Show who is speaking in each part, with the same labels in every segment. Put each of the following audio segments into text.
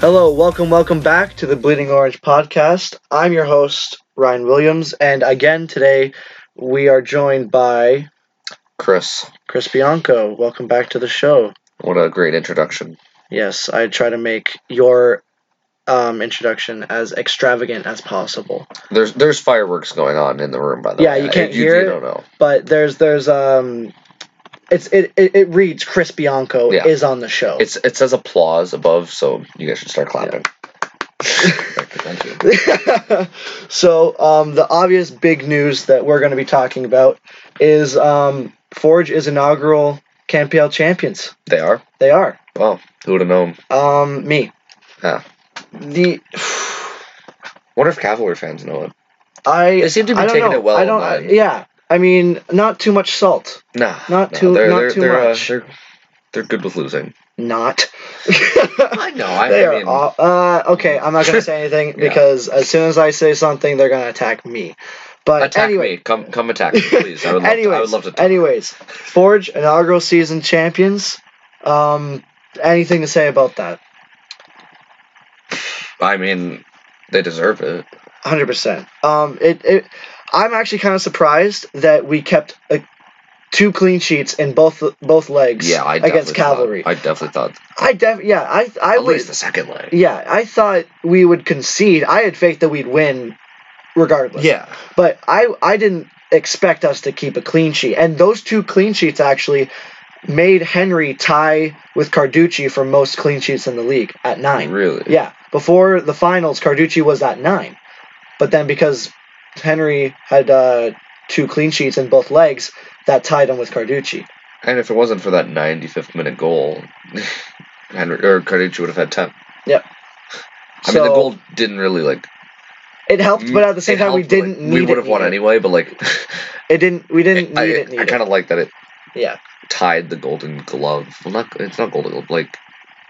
Speaker 1: Hello, welcome, welcome back to the Bleeding Orange podcast. I'm your host, Ryan Williams, and again today we are joined by
Speaker 2: Chris,
Speaker 1: Chris Bianco. Welcome back to the show.
Speaker 2: what a great introduction.
Speaker 1: Yes, I try to make your um, introduction as extravagant as possible.
Speaker 2: There's there's fireworks going on in the room by the
Speaker 1: Yeah,
Speaker 2: way.
Speaker 1: you can't
Speaker 2: I, you,
Speaker 1: hear
Speaker 2: you
Speaker 1: it.
Speaker 2: don't know.
Speaker 1: But there's there's um it's it it, it reads Chris Bianco
Speaker 2: Yeah.
Speaker 1: is on the show.
Speaker 2: It's it says applause above, so you guys should start clapping. Thank you.
Speaker 1: so, um, the obvious big news that we're going to be talking about is um, Forge is inaugural CanPL champions.
Speaker 2: They are.
Speaker 1: They are.
Speaker 2: Wow. Who would have known?
Speaker 1: Um, me.
Speaker 2: Yeah.
Speaker 1: The
Speaker 2: Wonder if cavalry fans know it.
Speaker 1: I
Speaker 2: They seem to be
Speaker 1: I don't
Speaker 2: taking
Speaker 1: know.
Speaker 2: it well
Speaker 1: I don't. I-
Speaker 2: online.
Speaker 1: yeah. I mean, not too much salt.
Speaker 2: Nah.
Speaker 1: Not
Speaker 2: nah,
Speaker 1: too-
Speaker 2: They're,
Speaker 1: not
Speaker 2: they're,
Speaker 1: too
Speaker 2: they're, uh,
Speaker 1: much.
Speaker 2: they're, they're good with losing.
Speaker 1: Not.
Speaker 2: I know. I,
Speaker 1: they
Speaker 2: I
Speaker 1: are
Speaker 2: mean,
Speaker 1: all, uh, okay. I'm not gonna say anything
Speaker 2: Yeah.
Speaker 1: because as soon as I say something, they're gonna attack me. But
Speaker 2: attack
Speaker 1: anyway,
Speaker 2: me. Come come attack me, please. I would love. to, I would love to. Talk.
Speaker 1: anyways, Forge inaugural season champions. Um, anything to say about that?
Speaker 2: I mean, they deserve it.
Speaker 1: Hundred percent. Um, it, it. I'm actually kind of surprised that we kept uh two clean sheets in both both legs.
Speaker 2: Yeah, I
Speaker 1: against
Speaker 2: definitely thought-
Speaker 1: Cavalry.
Speaker 2: I definitely thought
Speaker 1: I def. Yeah, I I
Speaker 2: at
Speaker 1: would.
Speaker 2: least the second leg.
Speaker 1: Yeah, I thought we would concede. I had faith that we'd win, regardless.
Speaker 2: Yeah.
Speaker 1: but I I didn't expect us to keep a clean sheet. And those two clean sheets actually made Henry tie with Carducci for most clean sheets in the league at nine.
Speaker 2: Really.
Speaker 1: Yeah, before the finals, Carducci was at nine, but then because Henry had uh, two clean sheets in both legs, that tied him with Carducci.
Speaker 2: And if it wasn't for that 95th minute goal, Henry or Carducci would have had 10.
Speaker 1: Yep.
Speaker 2: I
Speaker 1: so
Speaker 2: mean, the goal didn't really like.
Speaker 1: it helped, but at the same
Speaker 2: it
Speaker 1: time, we
Speaker 2: helped, but, like,
Speaker 1: didn't need
Speaker 2: We would have
Speaker 1: it
Speaker 2: won
Speaker 1: neither.
Speaker 2: anyway, but like,
Speaker 1: It didn't. We didn't need
Speaker 2: I,
Speaker 1: it. Neither.
Speaker 2: I kind of like that it
Speaker 1: yeah,
Speaker 2: tied the Golden Glove. Well, not it's not Golden Glove, like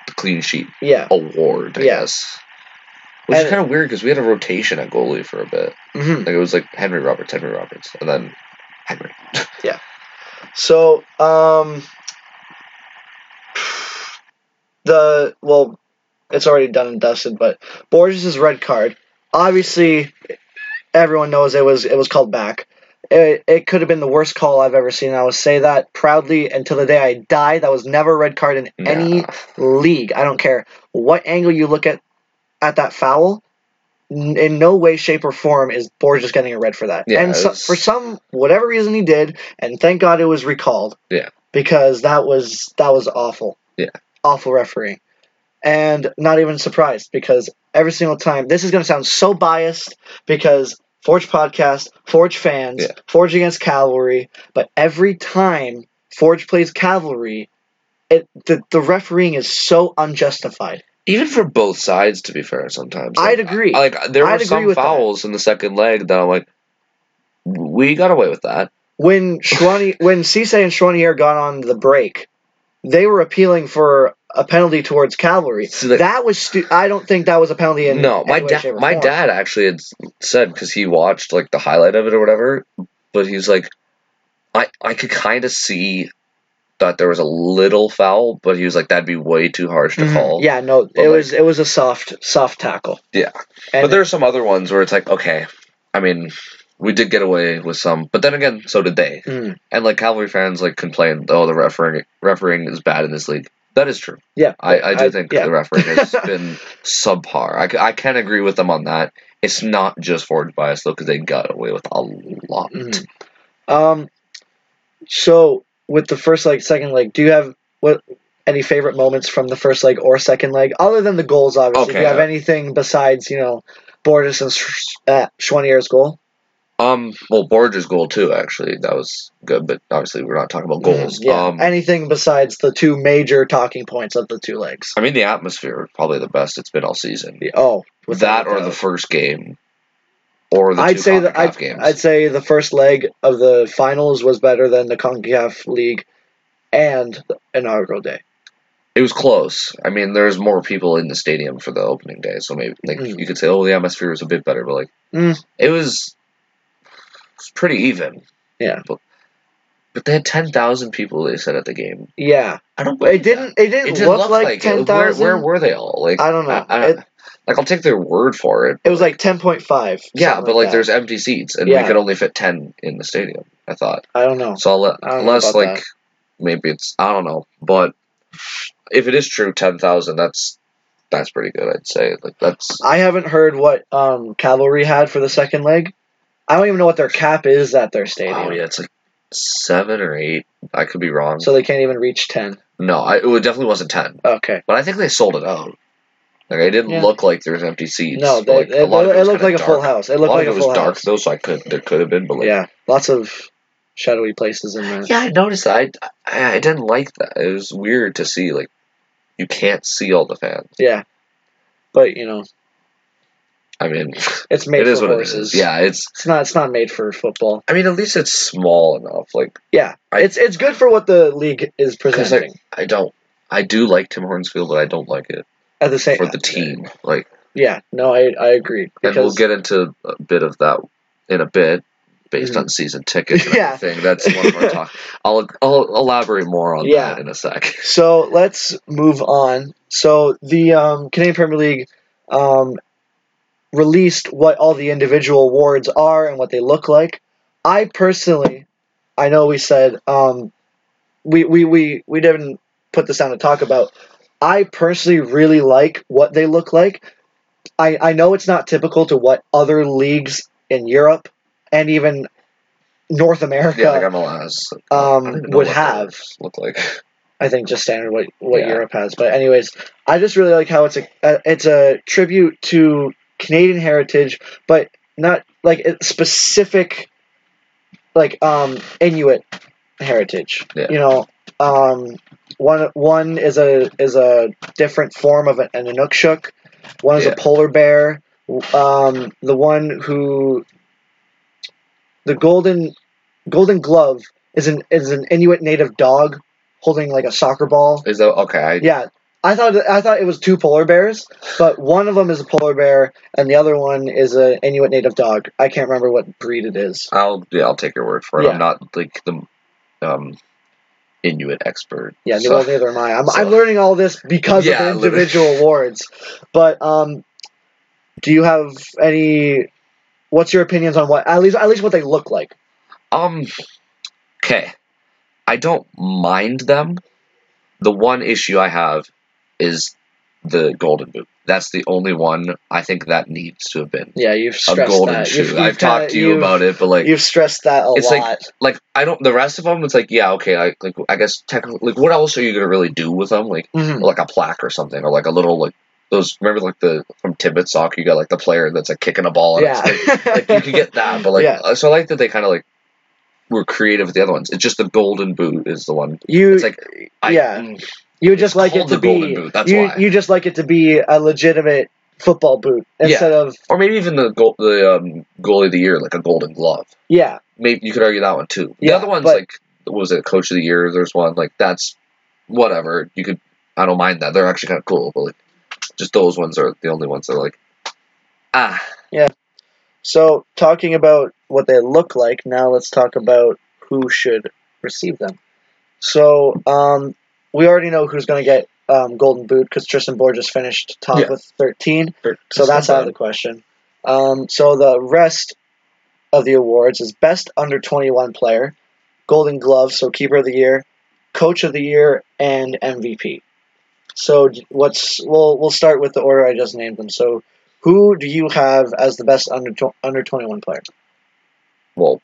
Speaker 2: the clean sheet
Speaker 1: yeah.
Speaker 2: award. I
Speaker 1: Yeah.
Speaker 2: guess. Which
Speaker 1: And-
Speaker 2: is kind of weird because we had a rotation at goalie for a bit.
Speaker 1: hmm
Speaker 2: Like it was like Henry Roberts, Henry Roberts, and then Henry.
Speaker 1: So, um, the well, it's already done and dusted. But Borges' red card, obviously, everyone knows it was it was called back. It, it could have been the worst call I've ever seen. and I will say that proudly until the day I die. That was never a red card in any
Speaker 2: Nah.
Speaker 1: league. I don't care what angle you look at at that foul. n- In no way, shape, or form is Borges getting a red for that.
Speaker 2: Yeah,
Speaker 1: and so,
Speaker 2: it's-
Speaker 1: for some whatever reason he did, and thank God it was recalled.
Speaker 2: Yeah.
Speaker 1: Because that was that was awful.
Speaker 2: Yeah.
Speaker 1: Awful refereeing, and not even surprised because every single time this is going to sound so biased because Forge podcast, Forge fans,
Speaker 2: Yeah.
Speaker 1: Forge against Cavalry, but every time Forge plays Cavalry, it the, the refereeing is so unjustified.
Speaker 2: even for both sides to be fair sometimes
Speaker 1: I'd
Speaker 2: Like,
Speaker 1: agree.
Speaker 2: I- like there
Speaker 1: I'd
Speaker 2: were
Speaker 1: agree
Speaker 2: some
Speaker 1: with that.
Speaker 2: fouls in the second leg that i'm like we got away with that
Speaker 1: when Schwani, when Cisse and Schwanier got on the break, they were appealing for a penalty towards Cavalry.
Speaker 2: So the-
Speaker 1: that was stu- I don't think that was a penalty in
Speaker 2: no my
Speaker 1: any way,
Speaker 2: dad
Speaker 1: shape, or
Speaker 2: my
Speaker 1: form.
Speaker 2: dad actually had said because he watched like the highlight of it or whatever but he's like i i could kind of see that there was a little foul but he was like that'd be way too harsh to
Speaker 1: Mhm.
Speaker 2: call
Speaker 1: Yeah, no, it
Speaker 2: like-
Speaker 1: was it was a soft soft tackle.
Speaker 2: Yeah.
Speaker 1: and
Speaker 2: but there's some other ones where it's like okay i mean we did get away with some but then again so did they
Speaker 1: Mm,
Speaker 2: and like cavalry fans like complain oh the refereeing refereeing is bad in this league that is true
Speaker 1: yeah,
Speaker 2: I, I do think
Speaker 1: yeah.
Speaker 2: the referee has been subpar. I, c- I can agree with them on that. It's not just Ford bias though, because they got away with a lot.
Speaker 1: Mhm. Um, so with the first leg, second leg, do you have what any favorite moments from the first leg or second leg, other than the goals? Obviously, do you
Speaker 2: Okay. uh,
Speaker 1: have anything besides you know Borges and Sch- uh, Schwanier's goal?
Speaker 2: Um, well, Borges' goal too. Actually, that was good, but obviously we're not talking about goals.
Speaker 1: Mm-hmm. Yeah.
Speaker 2: Um,
Speaker 1: Anything besides the two major talking points of the two legs.
Speaker 2: I mean the atmosphere was probably the best it's been all season.
Speaker 1: Oh,
Speaker 2: With that or the first game, or the
Speaker 1: I'd
Speaker 2: two
Speaker 1: say that
Speaker 2: CONCACAF
Speaker 1: I'd,
Speaker 2: games.
Speaker 1: I'd say the first leg of the finals was better than the CONCACAF league and the inaugural day.
Speaker 2: It was close. I mean, there's more people in the stadium for the opening day, so maybe like
Speaker 1: Mm.
Speaker 2: you could say, oh, the atmosphere was a bit better, but like
Speaker 1: Mm.
Speaker 2: it was, it was pretty even.
Speaker 1: Yeah.
Speaker 2: But But they had ten thousand people. They said at the game.
Speaker 1: Yeah,
Speaker 2: I don't. believe
Speaker 1: it didn't. It
Speaker 2: that.
Speaker 1: didn't,
Speaker 2: It didn't
Speaker 1: look, like,
Speaker 2: it.
Speaker 1: ten
Speaker 2: Where, where
Speaker 1: thousand.
Speaker 2: were they all? Like
Speaker 1: I don't know.
Speaker 2: I, I don't-
Speaker 1: it,
Speaker 2: like I'll take their word for it.
Speaker 1: it was like ten point five.
Speaker 2: Yeah, but like
Speaker 1: that.
Speaker 2: there's empty seats, and
Speaker 1: Yeah.
Speaker 2: we could only fit ten in the stadium. I thought
Speaker 1: I don't know.
Speaker 2: so. I'll let,
Speaker 1: I don't know
Speaker 2: unless
Speaker 1: about
Speaker 2: like maybe it's I don't know, but if it is true, ten thousand. That's that's pretty good. I'd say like that's
Speaker 1: I haven't heard what um, Cavalry had for the second leg. I don't even know what their cap is at their stadium,
Speaker 2: oh yeah, it's like seven or eight. I could be wrong.
Speaker 1: so they can't even reach ten.
Speaker 2: no, I, it definitely wasn't ten,
Speaker 1: Okay,
Speaker 2: but I think they sold it out. Like it didn't
Speaker 1: Yeah.
Speaker 2: look like there was empty seats.
Speaker 1: no,
Speaker 2: but,
Speaker 1: they,
Speaker 2: like,
Speaker 1: it, it
Speaker 2: was
Speaker 1: looked like
Speaker 2: kinda
Speaker 1: a full
Speaker 2: dark.
Speaker 1: house. It
Speaker 2: A
Speaker 1: looked
Speaker 2: lot
Speaker 1: like
Speaker 2: of
Speaker 1: a
Speaker 2: it was
Speaker 1: full
Speaker 2: dark
Speaker 1: house.
Speaker 2: though, so I could there could have been, but like
Speaker 1: yeah, lots of shadowy places in there.
Speaker 2: Yeah, I noticed that. I, I, I didn't like that. It was weird to see. Like, you can't see all the fans.
Speaker 1: Yeah, but you know,
Speaker 2: I mean,
Speaker 1: it's made
Speaker 2: it is
Speaker 1: for
Speaker 2: what
Speaker 1: horses.
Speaker 2: it is. Yeah, it's.
Speaker 1: it's not. It's not made for football.
Speaker 2: I mean, at least it's small enough. Like,
Speaker 1: Yeah,
Speaker 2: I-
Speaker 1: it's it's good for what the league is
Speaker 2: because like
Speaker 1: presenting
Speaker 2: I don't. I do like Tim Hornsfield, but I don't like it
Speaker 1: at the same
Speaker 2: for the team. Like,
Speaker 1: Yeah, no, I I agree
Speaker 2: and we'll
Speaker 1: because
Speaker 2: get into a bit of that in a bit, based
Speaker 1: Mhm.
Speaker 2: on season tickets and
Speaker 1: Yeah.
Speaker 2: everything. That's one of our talk. I'll I'll elaborate more on
Speaker 1: Yeah.
Speaker 2: that in a sec.
Speaker 1: so let's move on. So the um, Canadian Premier League um, released what all the individual awards are and what they look like. I personally, I know we said um, we, we we we didn't put this down to talk about. I personally really like what they look like. I, I know it's not typical to what other leagues in Europe and even North America
Speaker 2: Yeah, like MLS. like, I
Speaker 1: um,
Speaker 2: don't even know
Speaker 1: would
Speaker 2: what
Speaker 1: have.
Speaker 2: those look like.
Speaker 1: I think just standard what what
Speaker 2: Yeah.
Speaker 1: Europe has. But anyways, I just really like how it's a uh, it's a tribute to Canadian heritage, but not like it's specific, like um Inuit heritage.
Speaker 2: Yeah.
Speaker 1: You know, um one one is a is a different form of an, an Inukshuk. One is
Speaker 2: Yeah.
Speaker 1: a polar bear. Um, the one who the golden golden glove is an is an Inuit native dog holding like a soccer ball.
Speaker 2: Is that okay? I,
Speaker 1: Yeah, I thought I thought it was two polar bears, but one of them is a polar bear and the other one is an Inuit native dog. I can't remember what breed it is.
Speaker 2: I'll yeah, I'll take your word for it.
Speaker 1: Yeah.
Speaker 2: I'm not like the um Inuit expert.
Speaker 1: Yeah,
Speaker 2: so-
Speaker 1: well, neither am I. I'm, I'm
Speaker 2: so-
Speaker 1: learning all this because
Speaker 2: Yeah,
Speaker 1: of the
Speaker 2: literally.
Speaker 1: individual awards. But um, do you have any? What's your opinions on what at least at least what they look like?
Speaker 2: um okay. I don't mind them. The one issue I have is the golden boot. That's the only one I think that needs to have been
Speaker 1: Yeah, you've
Speaker 2: a
Speaker 1: stressed
Speaker 2: golden
Speaker 1: that.
Speaker 2: shoe.
Speaker 1: You've,
Speaker 2: I've talked to you about it, but like
Speaker 1: You've stressed that a
Speaker 2: It's
Speaker 1: lot.
Speaker 2: like- like I don't the rest of them it's like yeah, okay, I like I guess technically like what else are you going to really do with them? Like
Speaker 1: Mhm.
Speaker 2: like a plaque or something or like a little like those remember like the from Tibbet sock you got like the player that's like kicking a ball and it's like,
Speaker 1: Yeah,
Speaker 2: like you could get that, but like
Speaker 1: Yeah.
Speaker 2: uh, so I like that they kind of like were creative with the other ones. It's just the golden boot is the one.
Speaker 1: you
Speaker 2: It's like I,
Speaker 1: Yeah.
Speaker 2: mm,
Speaker 1: You just like it
Speaker 2: called
Speaker 1: to
Speaker 2: the golden
Speaker 1: be.
Speaker 2: boot, that's
Speaker 1: you
Speaker 2: why.
Speaker 1: you just like it to be a legitimate football boot
Speaker 2: Yeah.
Speaker 1: instead of
Speaker 2: or maybe even the goal, the um, goalie of the year, like a golden glove.
Speaker 1: yeah
Speaker 2: Maybe you could argue that one too. The
Speaker 1: Yeah,
Speaker 2: other ones
Speaker 1: but-
Speaker 2: like what was it coach of the year? There's one like that's whatever. You could I don't mind that. They're actually kind of cool, but like just those ones are the only ones that are like ah
Speaker 1: So, talking about what they look like, now let's talk about who should receive them. So, um, we already know who's going to get um, Golden Boot because Tristan Bohr just finished top
Speaker 2: Yeah.
Speaker 1: with 13,
Speaker 2: they're-
Speaker 1: so that's
Speaker 2: not
Speaker 1: out of the question. Um, so, the rest of the awards is Best Under 21 Player, Golden Glove, so Keeper of the Year, Coach of the Year, and MVP. So, d- what's we'll we'll start with the order I just named them. So, who do you have as the best under tw- under 21 player?
Speaker 2: Well,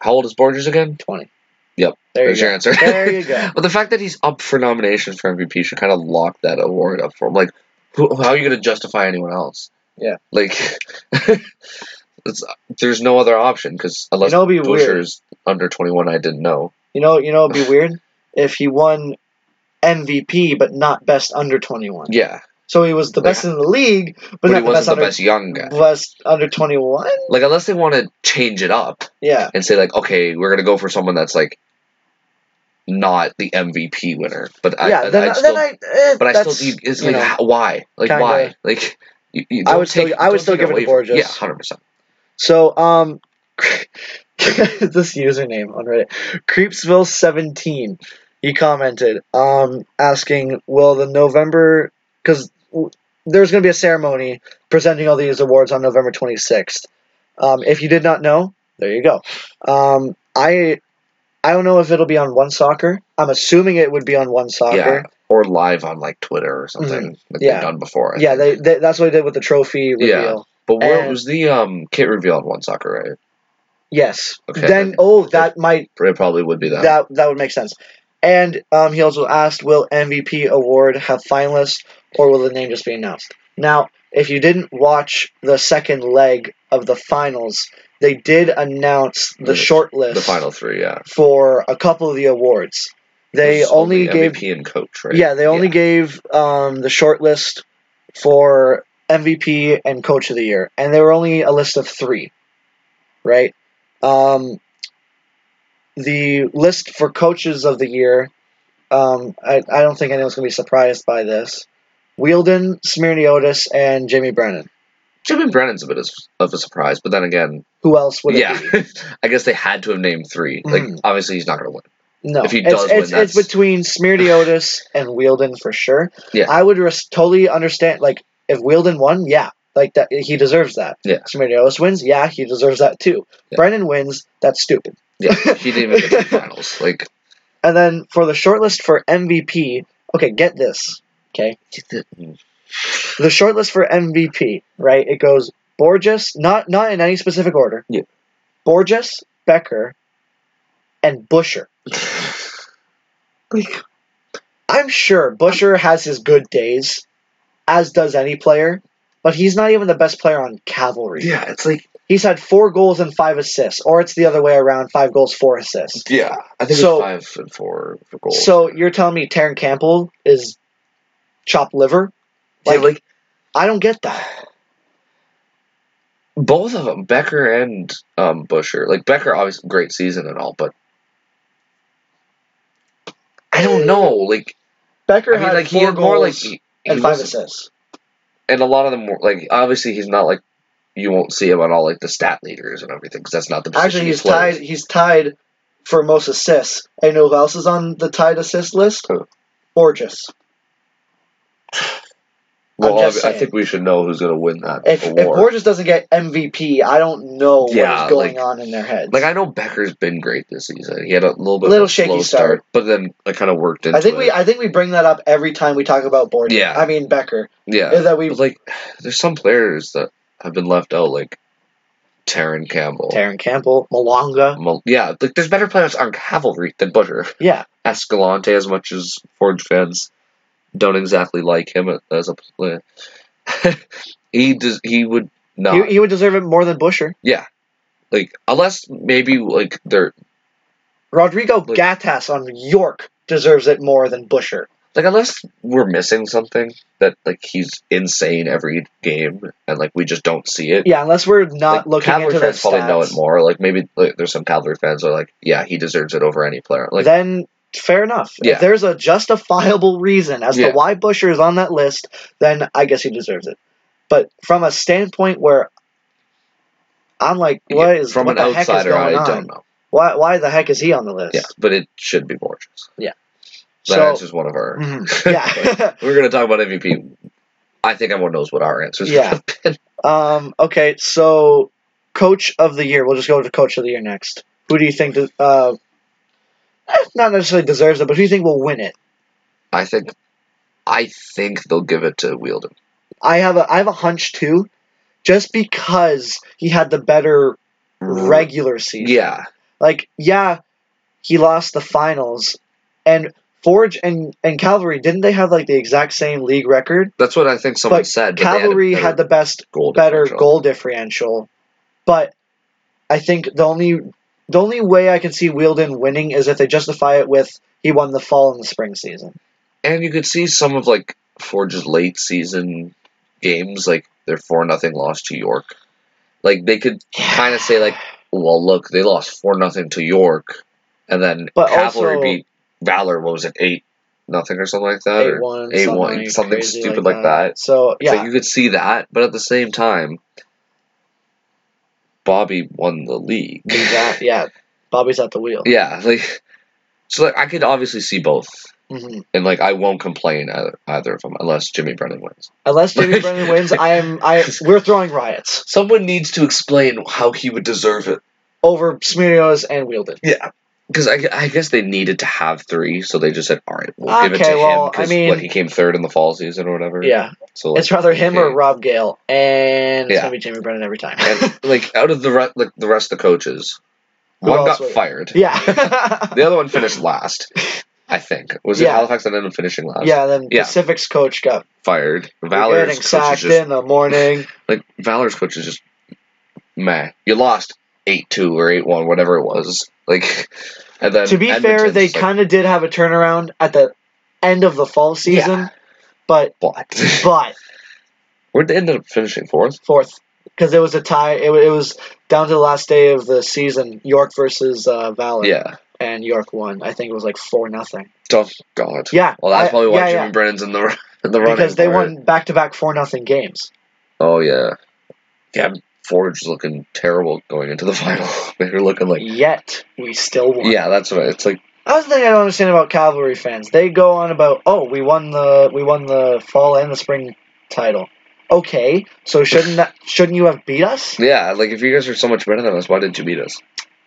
Speaker 2: how old is Borges again?
Speaker 1: 20.
Speaker 2: Yep,
Speaker 1: There
Speaker 2: There's
Speaker 1: you
Speaker 2: your
Speaker 1: go.
Speaker 2: answer.
Speaker 1: There you go.
Speaker 2: But the fact that he's up for nominations for MVP should kind of lock that award up for him. Like, who, how are you going to justify anyone else?
Speaker 1: Yeah.
Speaker 2: Like, it's, there's no other option because
Speaker 1: You
Speaker 2: unless
Speaker 1: know, it'd be weird.
Speaker 2: Busher's under 21, I didn't know.
Speaker 1: You know, you know, it'd be weird if he won MVP but not best under 21.
Speaker 2: Yeah,
Speaker 1: So he was the best in the league, but,
Speaker 2: but,
Speaker 1: not
Speaker 2: he
Speaker 1: the best
Speaker 2: wasn't the
Speaker 1: under
Speaker 2: best young guy.
Speaker 1: best under 21.
Speaker 2: Like, unless they want to change it up
Speaker 1: Yeah,
Speaker 2: and say like, okay, we're going to go for someone that's like not the MVP winner, but I,
Speaker 1: yeah.
Speaker 2: I,
Speaker 1: then,
Speaker 2: I'd
Speaker 1: then
Speaker 2: still
Speaker 1: I, eh,
Speaker 2: But I
Speaker 1: that's,
Speaker 2: still, you, it's
Speaker 1: you
Speaker 2: like,
Speaker 1: know.
Speaker 2: how- why? Like,
Speaker 1: Kinda.
Speaker 2: why? Like, you, you
Speaker 1: I
Speaker 2: don't
Speaker 1: would still-
Speaker 2: take-
Speaker 1: I would
Speaker 2: don't
Speaker 1: still
Speaker 2: take
Speaker 1: give it to
Speaker 2: away from-
Speaker 1: Borges.
Speaker 2: Yeah, hundred percent.
Speaker 1: So, um, this username on Reddit, Creepsville17. He commented, um, asking, "Will the November? Because there's going to be a ceremony presenting all these awards on November 26th. Um, if you did not know, there you go. Um, I, I don't know if it'll be on One Soccer. I'm assuming it would be on One
Speaker 2: Yeah,
Speaker 1: Soccer.
Speaker 2: or live on like Twitter or something like
Speaker 1: Mm-hmm. yeah.
Speaker 2: they've done before. I
Speaker 1: Yeah,
Speaker 2: think.
Speaker 1: they, they, that's what they did with the trophy reveal.
Speaker 2: Yeah. but what
Speaker 1: and-
Speaker 2: was the um kit reveal on one soccer? Right,
Speaker 1: Yes.
Speaker 2: Okay,
Speaker 1: then,
Speaker 2: then-
Speaker 1: oh, that might
Speaker 2: it probably would be that.
Speaker 1: that that would make sense. And um, he also asked, will MVP award have finalists or will the name just be announced? Now, if you didn't watch the second leg of the finals, they did announce the
Speaker 2: The-
Speaker 1: short list
Speaker 2: Mm. the final three, yeah.
Speaker 1: for a couple of the awards. They
Speaker 2: It was
Speaker 1: only, gave
Speaker 2: MVP and coach, right?
Speaker 1: yeah, they only gave um, the short list for MVP and Coach of the Year, and they were only a list of three, right? Um, the list for Coaches of the Year, um, I, I don't think anyone's going to be surprised by this. Wielden, Smirny Otis, and Jimmy Brennan.
Speaker 2: Jimmy Brennan's a bit of, of a surprise, but then again,
Speaker 1: Who else would it
Speaker 2: yeah,
Speaker 1: be?
Speaker 2: I guess they had to have named three.
Speaker 1: Mhm.
Speaker 2: Like obviously he's not gonna win.
Speaker 1: No,
Speaker 2: If he
Speaker 1: it's,
Speaker 2: does win,
Speaker 1: it's, it's
Speaker 2: that's-
Speaker 1: between Smirty Otis and Wielden for sure.
Speaker 2: Yeah.
Speaker 1: I would res- totally understand. Like if Wielden won, yeah, like that he deserves that.
Speaker 2: Yeah.
Speaker 1: Smirty Otis wins, yeah, he deserves that too.
Speaker 2: Yeah.
Speaker 1: Brennan wins, that's stupid.
Speaker 2: Yeah, he didn't even get to the finals. Like
Speaker 1: And then for the shortlist for MVP, okay, get this, okay, the shortlist for MVP, right? It goes Borges, not not in any specific order.
Speaker 2: Yeah.
Speaker 1: Borges, Becker, and Busher. mm, I'm sure Busher has his good days, as does any player, but he's not even the best player on cavalry.
Speaker 2: yeah, it's like
Speaker 1: He's had four goals and five assists, or it's the other way around, five goals, four assists.
Speaker 2: yeah. I think
Speaker 1: So-
Speaker 2: it was five and four for goals.
Speaker 1: So you're telling me Taryn Campbell is chopped liver?
Speaker 2: Yeah,
Speaker 1: Like,
Speaker 2: like
Speaker 1: I don't get that.
Speaker 2: both of them, Becker and um, Busher. Like Becker, obviously great season and all, but I don't know. Like
Speaker 1: Uh, Becker
Speaker 2: I mean,
Speaker 1: had
Speaker 2: like
Speaker 1: four
Speaker 2: he had
Speaker 1: goals
Speaker 2: more like he, he
Speaker 1: and five
Speaker 2: wasn't-
Speaker 1: assists.
Speaker 2: and a lot of them were like obviously he's not like you won't see him on all like the stat leaders and everything because that's not the position
Speaker 1: Actually,
Speaker 2: he
Speaker 1: he's
Speaker 2: plays.
Speaker 1: tied. He's tied for most assists. And you know who else is on the tied assist list?
Speaker 2: Who?
Speaker 1: Borges. I'm
Speaker 2: Well,
Speaker 1: just
Speaker 2: I, I
Speaker 1: saying.
Speaker 2: think we should know who's going to win that
Speaker 1: If, if
Speaker 2: award.
Speaker 1: Borges doesn't get MVP, I don't know what
Speaker 2: Yeah,
Speaker 1: is going
Speaker 2: like-
Speaker 1: on in their heads.
Speaker 2: like I know Becker's been great this season. He had a little bit
Speaker 1: Little
Speaker 2: of a
Speaker 1: shaky
Speaker 2: slow
Speaker 1: start.
Speaker 2: start, but then I kind of worked into
Speaker 1: I think
Speaker 2: it.
Speaker 1: we I think we bring that up every time we talk about Borges.
Speaker 2: Yeah.
Speaker 1: I mean Becker.
Speaker 2: yeah,
Speaker 1: Is that we
Speaker 2: But, like there's some players that have been left out, like Taryn Campbell.
Speaker 1: Taryn Campbell, Malonga.
Speaker 2: Mal- yeah, like there's better players on Cavalry than Butcher.
Speaker 1: Yeah.
Speaker 2: Escalante, as much as Forge fans don't exactly like him as a player, he does. He would not.
Speaker 1: He, he would deserve it more than Busher.
Speaker 2: like unless maybe like they're
Speaker 1: Rodrigo
Speaker 2: Like-
Speaker 1: Gatas on York deserves it more than Busher.
Speaker 2: like unless we're missing something that like he's insane every game and like we just don't see it.
Speaker 1: Yeah, unless we're not
Speaker 2: like,
Speaker 1: looking
Speaker 2: Cavalry
Speaker 1: into the
Speaker 2: fans probably know it
Speaker 1: stats.
Speaker 2: more. Like maybe like, there's some Cavalry fans that are like, yeah, he deserves it over any player. Like
Speaker 1: then fair enough.
Speaker 2: Yeah.
Speaker 1: If there's a justifiable reason as
Speaker 2: Yeah.
Speaker 1: to why Busher is on that list, then I guess he deserves it. But from a standpoint where I'm like,
Speaker 2: yeah,
Speaker 1: what is
Speaker 2: from
Speaker 1: what
Speaker 2: an
Speaker 1: the heck is
Speaker 2: outsider?
Speaker 1: going
Speaker 2: I
Speaker 1: on?
Speaker 2: don't know.
Speaker 1: Why why the heck is he on the list?
Speaker 2: Yeah, but it should be Borges. That
Speaker 1: so
Speaker 2: answers one of our.
Speaker 1: mhm, yeah.
Speaker 2: We're gonna talk about MVP. I think everyone knows what our answers.
Speaker 1: Yeah.
Speaker 2: Have been.
Speaker 1: um okay, so coach of the year. We'll just go to coach of the year next. Who do you think de- uh eh, not necessarily deserves it, but who do you think will win it?
Speaker 2: I think, I think they'll give it to Wielden.
Speaker 1: I have a I have a hunch too, just because he had the better regular season.
Speaker 2: Yeah,
Speaker 1: Like, yeah, he lost the finals, and Forge and and Cavalry didn't they have like the exact same league record?
Speaker 2: that's what I think someone
Speaker 1: But
Speaker 2: said. that they a
Speaker 1: Cavalry
Speaker 2: better
Speaker 1: had, the best
Speaker 2: goal
Speaker 1: better
Speaker 2: differential.
Speaker 1: goal differential, but I think the only the only way I can see Wielden winning is if they justify it with he won the fall and the spring season.
Speaker 2: and you could see some of like Forge's late season games, like their four nothing loss to York. Like they could kind of say like, well, look, they lost four nothing to York, and then
Speaker 1: But
Speaker 2: Cavalry
Speaker 1: also-
Speaker 2: beat Valor. What was it, eight nothing or something like that?
Speaker 1: Eight
Speaker 2: or-
Speaker 1: one,
Speaker 2: eight
Speaker 1: eight
Speaker 2: one,
Speaker 1: one,
Speaker 2: something stupid like that.
Speaker 1: So
Speaker 2: It's
Speaker 1: yeah,
Speaker 2: Like you could see that, but at the same time, Bobby won the league.
Speaker 1: Exactly. Yeah, Bobby's at the wheel.
Speaker 2: yeah, like so like I could obviously see both.
Speaker 1: hmm
Speaker 2: And like I won't complain either, either of them unless Jimmy Brennan wins.
Speaker 1: Unless Jimmy Brennan wins, I am. I we're throwing riots
Speaker 2: Someone needs to explain how he would deserve it.
Speaker 1: over Smearios and Wielded.
Speaker 2: Yeah. Because I, gu- I guess they needed to have three, so they just said, all right, we'll give it
Speaker 1: Okay,
Speaker 2: to
Speaker 1: well,
Speaker 2: him. Because
Speaker 1: I mean-
Speaker 2: what, he came third in the fall season or whatever?
Speaker 1: Yeah,
Speaker 2: So like,
Speaker 1: it's rather him or
Speaker 2: okay.
Speaker 1: Rob Gale, and it's
Speaker 2: Yeah.
Speaker 1: gonna be Jimmy Brennan every time.
Speaker 2: and, like out of the re- like the rest of the coaches,
Speaker 1: Who
Speaker 2: one
Speaker 1: else
Speaker 2: got
Speaker 1: would-
Speaker 2: fired.
Speaker 1: yeah,
Speaker 2: The other one finished last, I think. Was it
Speaker 1: Yeah.
Speaker 2: Halifax that ended up finishing last?
Speaker 1: yeah. Then
Speaker 2: Yeah.
Speaker 1: Pacific's coach got
Speaker 2: Fired.
Speaker 1: getting
Speaker 2: Valor's coach is
Speaker 1: sacked
Speaker 2: just
Speaker 1: in the morning.
Speaker 2: like Valor's coach is just man. You lost eight two or eight one, whatever it was. Like, and then
Speaker 1: to be fair,
Speaker 2: Edmonton's
Speaker 1: they
Speaker 2: just like,
Speaker 1: kind of did have a turnaround at the end of the fall season,
Speaker 2: Yeah.
Speaker 1: but
Speaker 2: but
Speaker 1: but
Speaker 2: where they ended up finishing fourth.
Speaker 1: fourth because it was a tie. It, wa- it was down to the last day of the season. York versus uh, Valor,
Speaker 2: Yeah.
Speaker 1: and York won. I think it was like four nothing.
Speaker 2: Oh God.
Speaker 1: Yeah,
Speaker 2: Well, that's
Speaker 1: I-
Speaker 2: probably why
Speaker 1: yeah,
Speaker 2: Jimmy
Speaker 1: yeah.
Speaker 2: Brennan's in the in the running
Speaker 1: because they
Speaker 2: for it.
Speaker 1: won back to back four nothing games.
Speaker 2: Oh yeah, yeah. Forge is looking terrible going into the final. They're looking like
Speaker 1: Yet we still won.
Speaker 2: yeah, that's right. It's like
Speaker 1: That was the thing I don't understand about cavalry fans. They go on about, oh, we won the we won the fall and the spring title. Okay, so shouldn't that shouldn't you have beat us?
Speaker 2: yeah, like if you guys are so much better than us, why didn't you beat us?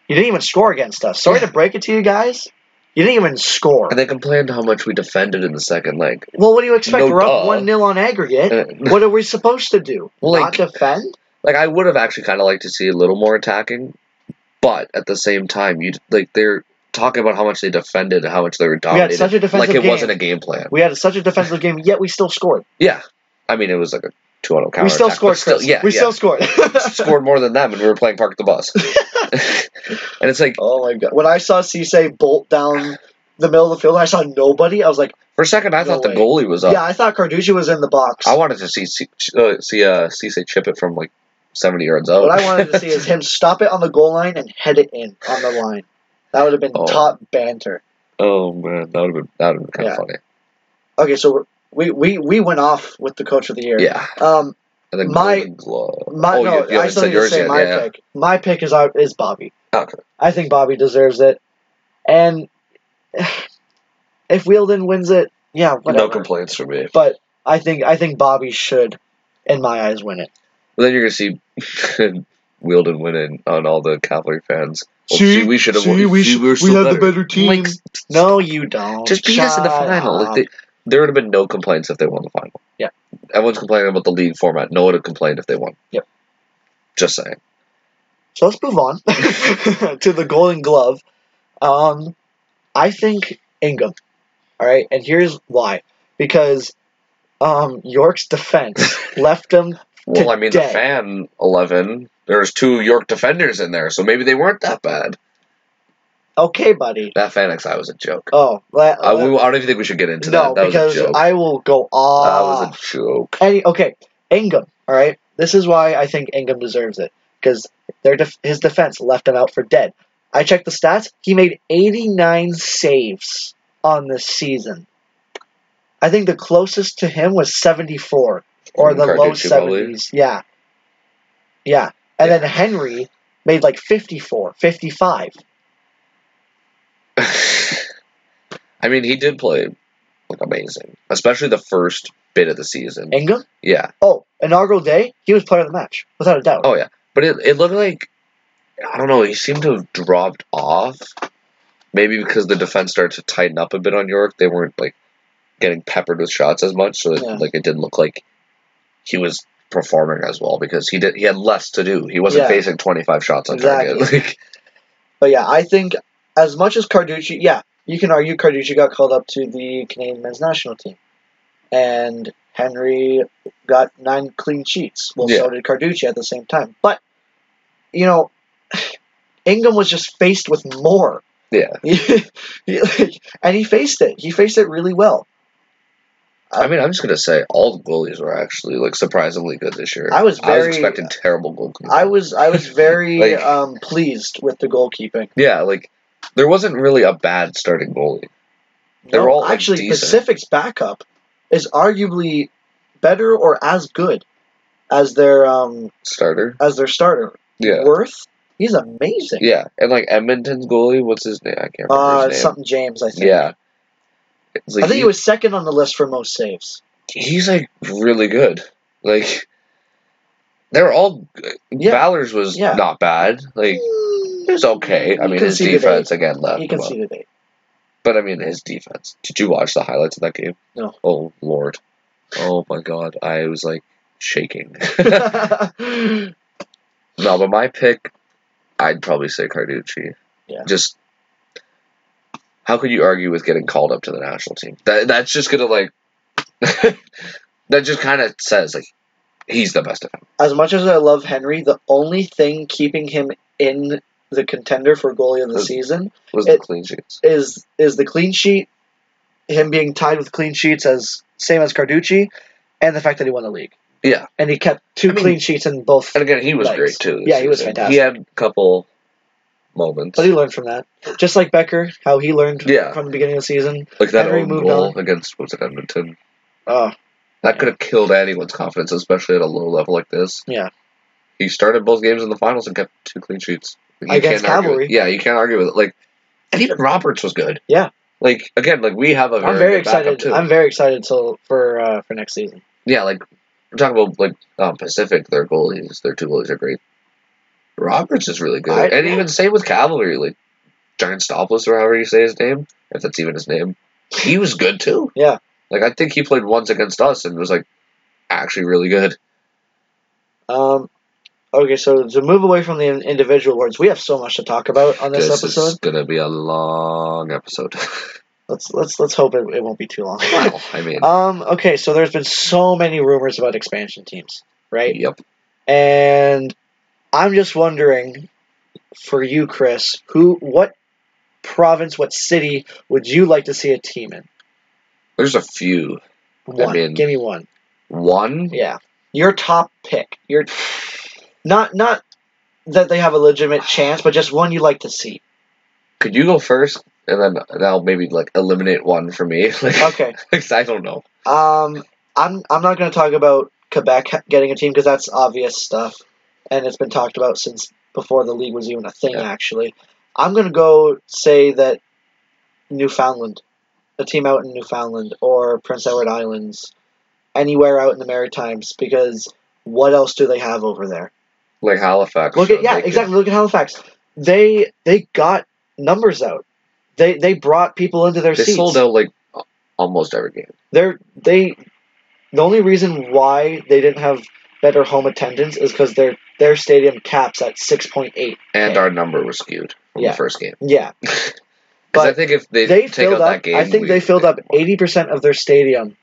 Speaker 1: You didn't even score against us. Sorry to break it to you guys. You didn't even score.
Speaker 2: And they complained how much we defended in the second leg.
Speaker 1: Well, what do you expect?
Speaker 2: No
Speaker 1: We're up
Speaker 2: duh.
Speaker 1: one 0 on aggregate.
Speaker 2: Uh,
Speaker 1: What are we supposed to do?
Speaker 2: Well,
Speaker 1: Not
Speaker 2: like,
Speaker 1: defend?
Speaker 2: like I would have actually kind of liked to see a little more attacking, but at the same time, you like they're talking about how much they defended and how much they were
Speaker 1: had
Speaker 2: dominated.
Speaker 1: such a defensive
Speaker 2: like it
Speaker 1: game.
Speaker 2: wasn't a game plan.
Speaker 1: We had such a defensive game, yet we still scored.
Speaker 2: Yeah, I mean it was like a two on counter.
Speaker 1: we still scored.
Speaker 2: Still,
Speaker 1: Chris.
Speaker 2: yeah,
Speaker 1: we
Speaker 2: yeah.
Speaker 1: still scored.
Speaker 2: scored more than them, and we were playing park the bus. and it's like
Speaker 1: oh my god! When I saw Cisse bolt down the middle of the field, I saw nobody. I was like,
Speaker 2: for a second, I
Speaker 1: No
Speaker 2: thought
Speaker 1: way.
Speaker 2: the goalie was up.
Speaker 1: yeah, I thought Carducci was in the box.
Speaker 2: I wanted to see see uh, see uh, Cisse chip it from like seventy yards out.
Speaker 1: What I wanted to see is him stop it on the goal line and head it in on the line. That would have been
Speaker 2: Oh.
Speaker 1: top banter.
Speaker 2: oh man, that would have been that would have been kind
Speaker 1: Yeah.
Speaker 2: of funny.
Speaker 1: Okay, so we're- we we we went off with the coach of the year.
Speaker 2: Yeah,
Speaker 1: Um,
Speaker 2: and then
Speaker 1: My-
Speaker 2: Golden Glove.
Speaker 1: my
Speaker 2: oh,
Speaker 1: no,
Speaker 2: you, you
Speaker 1: I still
Speaker 2: haven't said
Speaker 1: need to
Speaker 2: yours
Speaker 1: say
Speaker 2: yet.
Speaker 1: my
Speaker 2: yeah.
Speaker 1: pick. My pick is our is Bobby.
Speaker 2: Okay.
Speaker 1: I think Bobby deserves it, and if Wielden wins it, yeah, whatever.
Speaker 2: No complaints from me.
Speaker 1: but I think I think Bobby should, in my eyes, win it.
Speaker 2: But then you're gonna see Wielden winning on all the Cavalry fans. Well,
Speaker 1: See?
Speaker 2: gee, we should have
Speaker 1: See,
Speaker 2: won.
Speaker 1: we
Speaker 2: Gee,
Speaker 1: sh-
Speaker 2: were
Speaker 1: we
Speaker 2: still
Speaker 1: had the better team.
Speaker 2: Like, s-
Speaker 1: No, you don't.
Speaker 2: just beat us in the
Speaker 1: Shut
Speaker 2: final.
Speaker 1: up.
Speaker 2: Like they, there would have been no complaints if they won the final.
Speaker 1: Yeah.
Speaker 2: Everyone's complaining about the league format. No one would have complained if they won.
Speaker 1: Yep.
Speaker 2: Just saying.
Speaker 1: So let's move on to the Golden Glove. Um, I think Ingham. All right, and here's why: because um, York's defense left him.
Speaker 2: Well, I mean, the
Speaker 1: Today.
Speaker 2: fan 11, there's two York defenders in there, so maybe they weren't that bad.
Speaker 1: Okay, buddy.
Speaker 2: That fan XI was a joke.
Speaker 1: Oh, let,
Speaker 2: I, we- I don't even think we should get into
Speaker 1: no,
Speaker 2: that. That was
Speaker 1: because
Speaker 2: a joke.
Speaker 1: I will go off.
Speaker 2: that was a joke.
Speaker 1: Any okay, Ingham. All right, this is why I think Ingham deserves it because their def- his defense left him out for dead. I checked the stats; he made eighty nine saves on this season. I think the closest to him was seventy four or the low
Speaker 2: Carducci, probably.
Speaker 1: seventies. Yeah, yeah, and
Speaker 2: Yeah.
Speaker 1: then Henry made like 54, 55.
Speaker 2: I mean, he did play like amazing, especially the first bit of the season.
Speaker 1: Ingham.
Speaker 2: Yeah.
Speaker 1: Oh, inaugural day, he was player of the match without a doubt.
Speaker 2: Oh yeah, but it, it looked like I don't know. He seemed to have dropped off. Maybe because the defense started to tighten up a bit on York, they weren't like getting peppered with shots as much, so it,
Speaker 1: Yeah.
Speaker 2: like it didn't look like he was performing as well because he did he had less to do. He wasn't
Speaker 1: Yeah.
Speaker 2: facing twenty five shots on target.
Speaker 1: Exactly.
Speaker 2: Like
Speaker 1: But yeah, I think as much as Carducci, yeah, you can argue Carducci got called up to the Canadian men's national team, and Henry got nine clean sheets. Well, so did Carducci at the same time. But you know, Ingham was just faced with more,
Speaker 2: yeah,
Speaker 1: and he faced it. He faced it really well. Uh,
Speaker 2: I mean I'm just gonna say all the goalies were actually like surprisingly good this year.
Speaker 1: I was
Speaker 2: I was
Speaker 1: very-
Speaker 2: expecting terrible goalkeeping.
Speaker 1: I was I was very
Speaker 2: Like-
Speaker 1: um, pleased with the goalkeeping.
Speaker 2: yeah, like there wasn't really a bad starting goalie. They're all, like,
Speaker 1: actually
Speaker 2: decent.
Speaker 1: Pacific's backup is arguably better or as good as their um,
Speaker 2: Starter.
Speaker 1: as their starter.
Speaker 2: Yeah.
Speaker 1: Worth. He's amazing.
Speaker 2: Yeah. And like Edmonton's goalie, what's his name? I can't remember
Speaker 1: Uh,
Speaker 2: his name.
Speaker 1: something James, I think.
Speaker 2: Yeah. It's like
Speaker 1: I think
Speaker 2: he-
Speaker 1: he was second on the list for most saves.
Speaker 2: he's like really good. Like they're all
Speaker 1: Yeah.
Speaker 2: Ballers was
Speaker 1: Yeah.
Speaker 2: not bad. Like it was okay. I
Speaker 1: He
Speaker 2: mean his
Speaker 1: conceded
Speaker 2: defense again left.
Speaker 1: He
Speaker 2: him up.
Speaker 1: conceded eight.
Speaker 2: But I mean his defense. Did you watch the highlights of that game?
Speaker 1: No.
Speaker 2: Oh lord. Oh my god. I was like shaking. no, but my pick I'd probably say Carducci.
Speaker 1: Yeah.
Speaker 2: Just how could you argue with getting called up to the national team? That that's just gonna like that just kinda says like he's the best of him.
Speaker 1: as much as I love Henry, the only thing keeping him in the contender for goalie of the
Speaker 2: Is-
Speaker 1: season
Speaker 2: Was the
Speaker 1: It-
Speaker 2: clean sheets.
Speaker 1: is is the clean sheet, him being tied with clean sheets as same as Carducci, and the fact that he won the league.
Speaker 2: Yeah.
Speaker 1: And he kept two
Speaker 2: I mean-
Speaker 1: clean sheets in both
Speaker 2: And again, he was
Speaker 1: Nice.
Speaker 2: great too. this
Speaker 1: Yeah, he was
Speaker 2: season.
Speaker 1: fantastic.
Speaker 2: He had a couple moments.
Speaker 1: but he learned from that. Just like Becker, how he learned
Speaker 2: Yeah.
Speaker 1: from the beginning of the season.
Speaker 2: like that
Speaker 1: Henry
Speaker 2: own
Speaker 1: moved
Speaker 2: goal
Speaker 1: on.
Speaker 2: against was it Edmonton.
Speaker 1: Oh,
Speaker 2: That could have killed anyone's confidence, especially at a low level like this.
Speaker 1: Yeah.
Speaker 2: He started both games in the finals and kept two clean sheets. You
Speaker 1: Against
Speaker 2: can't argue with-
Speaker 1: Cavalry.
Speaker 2: yeah, you can't argue with it. Like, and even Roberts was good.
Speaker 1: Yeah.
Speaker 2: Like again, like we have a very,
Speaker 1: I'm very
Speaker 2: good backup,
Speaker 1: excited.
Speaker 2: too.
Speaker 1: I'm very excited till for uh, for next season.
Speaker 2: yeah, like we're talking about like um, Pacific. Their goalies, their two goalies are great. Roberts is really good,
Speaker 1: I-
Speaker 2: and
Speaker 1: yeah.
Speaker 2: even same with Cavalry, like Giant Stopless or however you say his name, if that's even his name, he was good too.
Speaker 1: Yeah.
Speaker 2: like I think he played once against us and was like actually really good.
Speaker 1: Um, okay, so to move away from the in- individual awards, we have so much to talk about on this, episode.
Speaker 2: is gonna be a long episode.
Speaker 1: Let's let's let's hope it, it won't be too long.
Speaker 2: well, I mean,
Speaker 1: um, okay, so there's been so many rumors about expansion teams, right?
Speaker 2: yep.
Speaker 1: And I'm just wondering, for you, Chris, who, what province, what city would you like to see a team in?
Speaker 2: There's a few.
Speaker 1: One,
Speaker 2: mean-
Speaker 1: give me one.
Speaker 2: One,
Speaker 1: Yeah, your top pick. Your not not that they have a legitimate chance, but just one you like to see.
Speaker 2: could you go first, and then and I'll maybe like eliminate one for me. Like,
Speaker 1: Okay.
Speaker 2: 'cause I don't know.
Speaker 1: Um, I'm I'm not going to talk about Quebec ha- getting a team because that's obvious stuff, and it's been talked about since before the league was even a thing.
Speaker 2: Yeah.
Speaker 1: Actually, I'm going to go say that Newfoundland, a team out in Newfoundland or Prince Edward Islands, anywhere out in the Maritimes, because what else do they have over there?
Speaker 2: Like Halifax.
Speaker 1: Look at
Speaker 2: so
Speaker 1: yeah,
Speaker 2: they could-
Speaker 1: exactly. Look at Halifax. They they got numbers out. They they brought people into their
Speaker 2: They
Speaker 1: seats
Speaker 2: sold out like a- almost every game.
Speaker 1: they're they the only reason why they didn't have better home attendance is because their their stadium caps at 6.8
Speaker 2: and
Speaker 1: Okay.
Speaker 2: our number was skewed from
Speaker 1: Yeah.
Speaker 2: the first game.
Speaker 1: yeah
Speaker 2: Because I
Speaker 1: but
Speaker 2: think if they,
Speaker 1: they,
Speaker 2: take out
Speaker 1: filled
Speaker 2: that
Speaker 1: up
Speaker 2: game,
Speaker 1: i think
Speaker 2: we-
Speaker 1: they filled up 80% of their stadium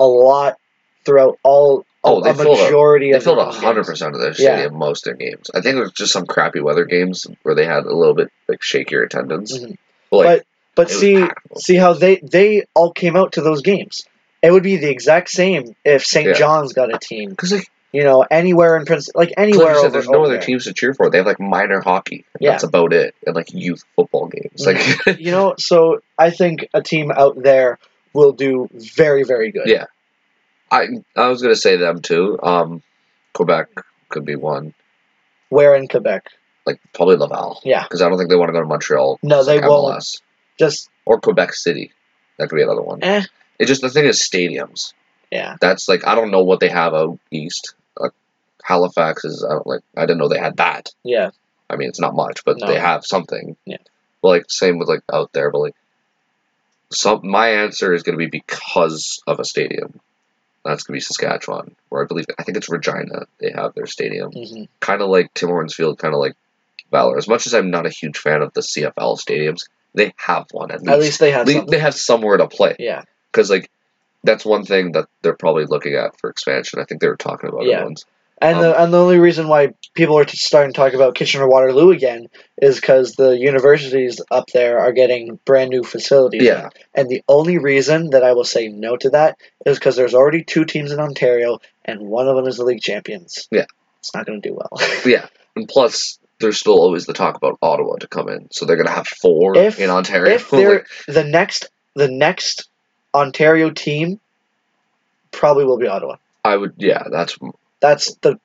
Speaker 1: a lot throughout all
Speaker 2: Oh, they
Speaker 1: a
Speaker 2: filled up-
Speaker 1: majority
Speaker 2: They
Speaker 1: of their
Speaker 2: filled
Speaker 1: home
Speaker 2: hundred
Speaker 1: games.
Speaker 2: percent of their
Speaker 1: Yeah.
Speaker 2: stadium most of their games. I think it was just some crappy weather games where they had a little bit like shakier attendance.
Speaker 1: Mhm.
Speaker 2: But, like,
Speaker 1: but
Speaker 2: it was
Speaker 1: see
Speaker 2: packed.
Speaker 1: see how they they all came out to those games it would be the exact same if st
Speaker 2: Yeah.
Speaker 1: john's got a team
Speaker 2: Because like,
Speaker 1: you know anywhere in prince like
Speaker 2: 'cause like
Speaker 1: anywhere
Speaker 2: you said,
Speaker 1: over,
Speaker 2: there's no
Speaker 1: over
Speaker 2: other
Speaker 1: there.
Speaker 2: teams to cheer for. They have like minor hockey. And
Speaker 1: Yeah. Mm-hmm.
Speaker 2: That's about it. And like youth football games. Like
Speaker 1: you know, so I think a team out there will do very, very good.
Speaker 2: Yeah. I I was gonna say them too. Um, Quebec could be one.
Speaker 1: Where in Quebec?
Speaker 2: Like probably Laval.
Speaker 1: Yeah.
Speaker 2: Because I don't think they want to go to Montreal.
Speaker 1: No,
Speaker 2: It's
Speaker 1: they
Speaker 2: like
Speaker 1: won't.
Speaker 2: MLS.
Speaker 1: Just
Speaker 2: or Quebec City. That could be another one.
Speaker 1: eh.
Speaker 2: It just the thing is stadiums.
Speaker 1: Yeah.
Speaker 2: That's like I don't know what they have out east. Like Halifax is I don't like I didn't know they had that.
Speaker 1: Yeah.
Speaker 2: I mean it's not much, but
Speaker 1: No.
Speaker 2: they have something.
Speaker 1: Yeah.
Speaker 2: But like same with like out there, but like some my answer is gonna be because of a stadium. That's gonna be Saskatchewan, where I believe I think it's Regina. They have their stadium,
Speaker 1: hmm
Speaker 2: kind of like Tim Hortons Field, kind of like Valor. As much as I'm not a huge fan of the CFL stadiums, they have one at least.
Speaker 1: At least they have
Speaker 2: Le-
Speaker 1: something.
Speaker 2: they have somewhere to play
Speaker 1: yeah.
Speaker 2: because like that's one thing that they're probably looking at for expansion. I think they were talking about
Speaker 1: Yeah.
Speaker 2: it once.
Speaker 1: And, the,
Speaker 2: Um,
Speaker 1: and the only reason why people are t- starting to talk about Kitchener Waterloo again is because the universities up there are getting brand new facilities.
Speaker 2: Yeah,
Speaker 1: And the only reason that I will say no to that is because there's already two teams in Ontario, and one of them is the league champions.
Speaker 2: Yeah.
Speaker 1: It's not going to do well.
Speaker 2: yeah, and plus there's still always the talk about Ottawa to come in, so they're gonna have four
Speaker 1: If-
Speaker 2: in Ontario.
Speaker 1: if they're
Speaker 2: Like,
Speaker 1: the next the next Ontario team probably will be Ottawa.
Speaker 2: I would, yeah, that's
Speaker 1: That's the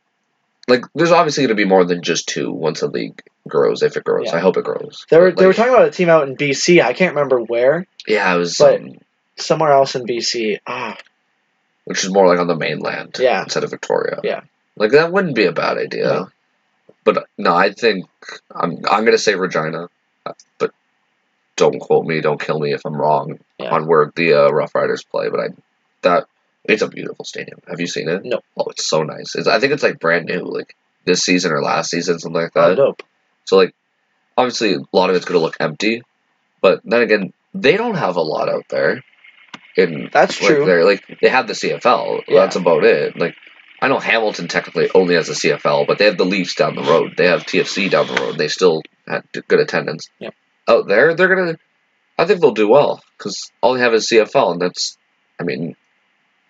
Speaker 2: like there's obviously going to be more than just two once a league grows if it grows.
Speaker 1: Yeah.
Speaker 2: I hope it grows.
Speaker 1: They were
Speaker 2: But,
Speaker 1: they were
Speaker 2: like,
Speaker 1: talking about a team out in BC. I can't remember where.
Speaker 2: yeah, it was
Speaker 1: but-
Speaker 2: um,
Speaker 1: Somewhere else in BC. Ah,
Speaker 2: which is more like on the mainland
Speaker 1: Yeah.
Speaker 2: instead of Victoria.
Speaker 1: Yeah.
Speaker 2: like that wouldn't be a bad idea.
Speaker 1: No.
Speaker 2: But no, I think I'm I'm gonna say Regina, uh, but don't quote me, don't kill me if I'm wrong
Speaker 1: Yeah.
Speaker 2: on where the uh, Rough Riders play. But I that it's a beautiful stadium. Have you seen it?
Speaker 1: No.
Speaker 2: Oh, it's so nice. It's, I think it's like brand new, like this season or last season, something like
Speaker 1: oh,
Speaker 2: that.
Speaker 1: dope.
Speaker 2: So like obviously a lot of it's gonna look empty, but then again, they don't have a lot out there. In
Speaker 1: That's
Speaker 2: like
Speaker 1: true.
Speaker 2: they're like they have the CFL.
Speaker 1: Yeah.
Speaker 2: That's about it. Like I know Hamilton technically only has the CFL, but they have the Leafs down the road. They have TFC down the road. They still had good attendance.
Speaker 1: Yep.
Speaker 2: Out there, they're gonna. I think they'll do well because all they have is CFL, and that's. I mean,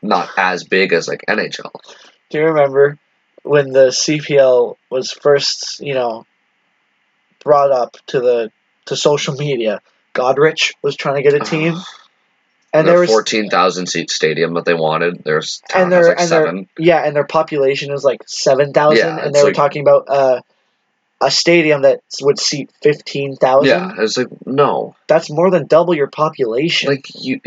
Speaker 2: not as big as like NHL.
Speaker 1: Do you remember when the CPL was first, you know, brought up to the to social media? Godrich was trying to get
Speaker 2: Ah,
Speaker 1: a team, and
Speaker 2: And
Speaker 1: there
Speaker 2: their
Speaker 1: was
Speaker 2: Uh, fourteen thousand seat stadium that they wanted. There's
Speaker 1: And
Speaker 2: and has
Speaker 1: they're-
Speaker 2: like
Speaker 1: and they're-
Speaker 2: seven.
Speaker 1: yeah, and their population is like seven thousand,
Speaker 2: Yeah,
Speaker 1: and
Speaker 2: it's
Speaker 1: they were
Speaker 2: like-
Speaker 1: talking about uh, a stadium that would seat fifteen thousand.
Speaker 2: Yeah, it's like no,
Speaker 1: That's more than double your population.
Speaker 2: like you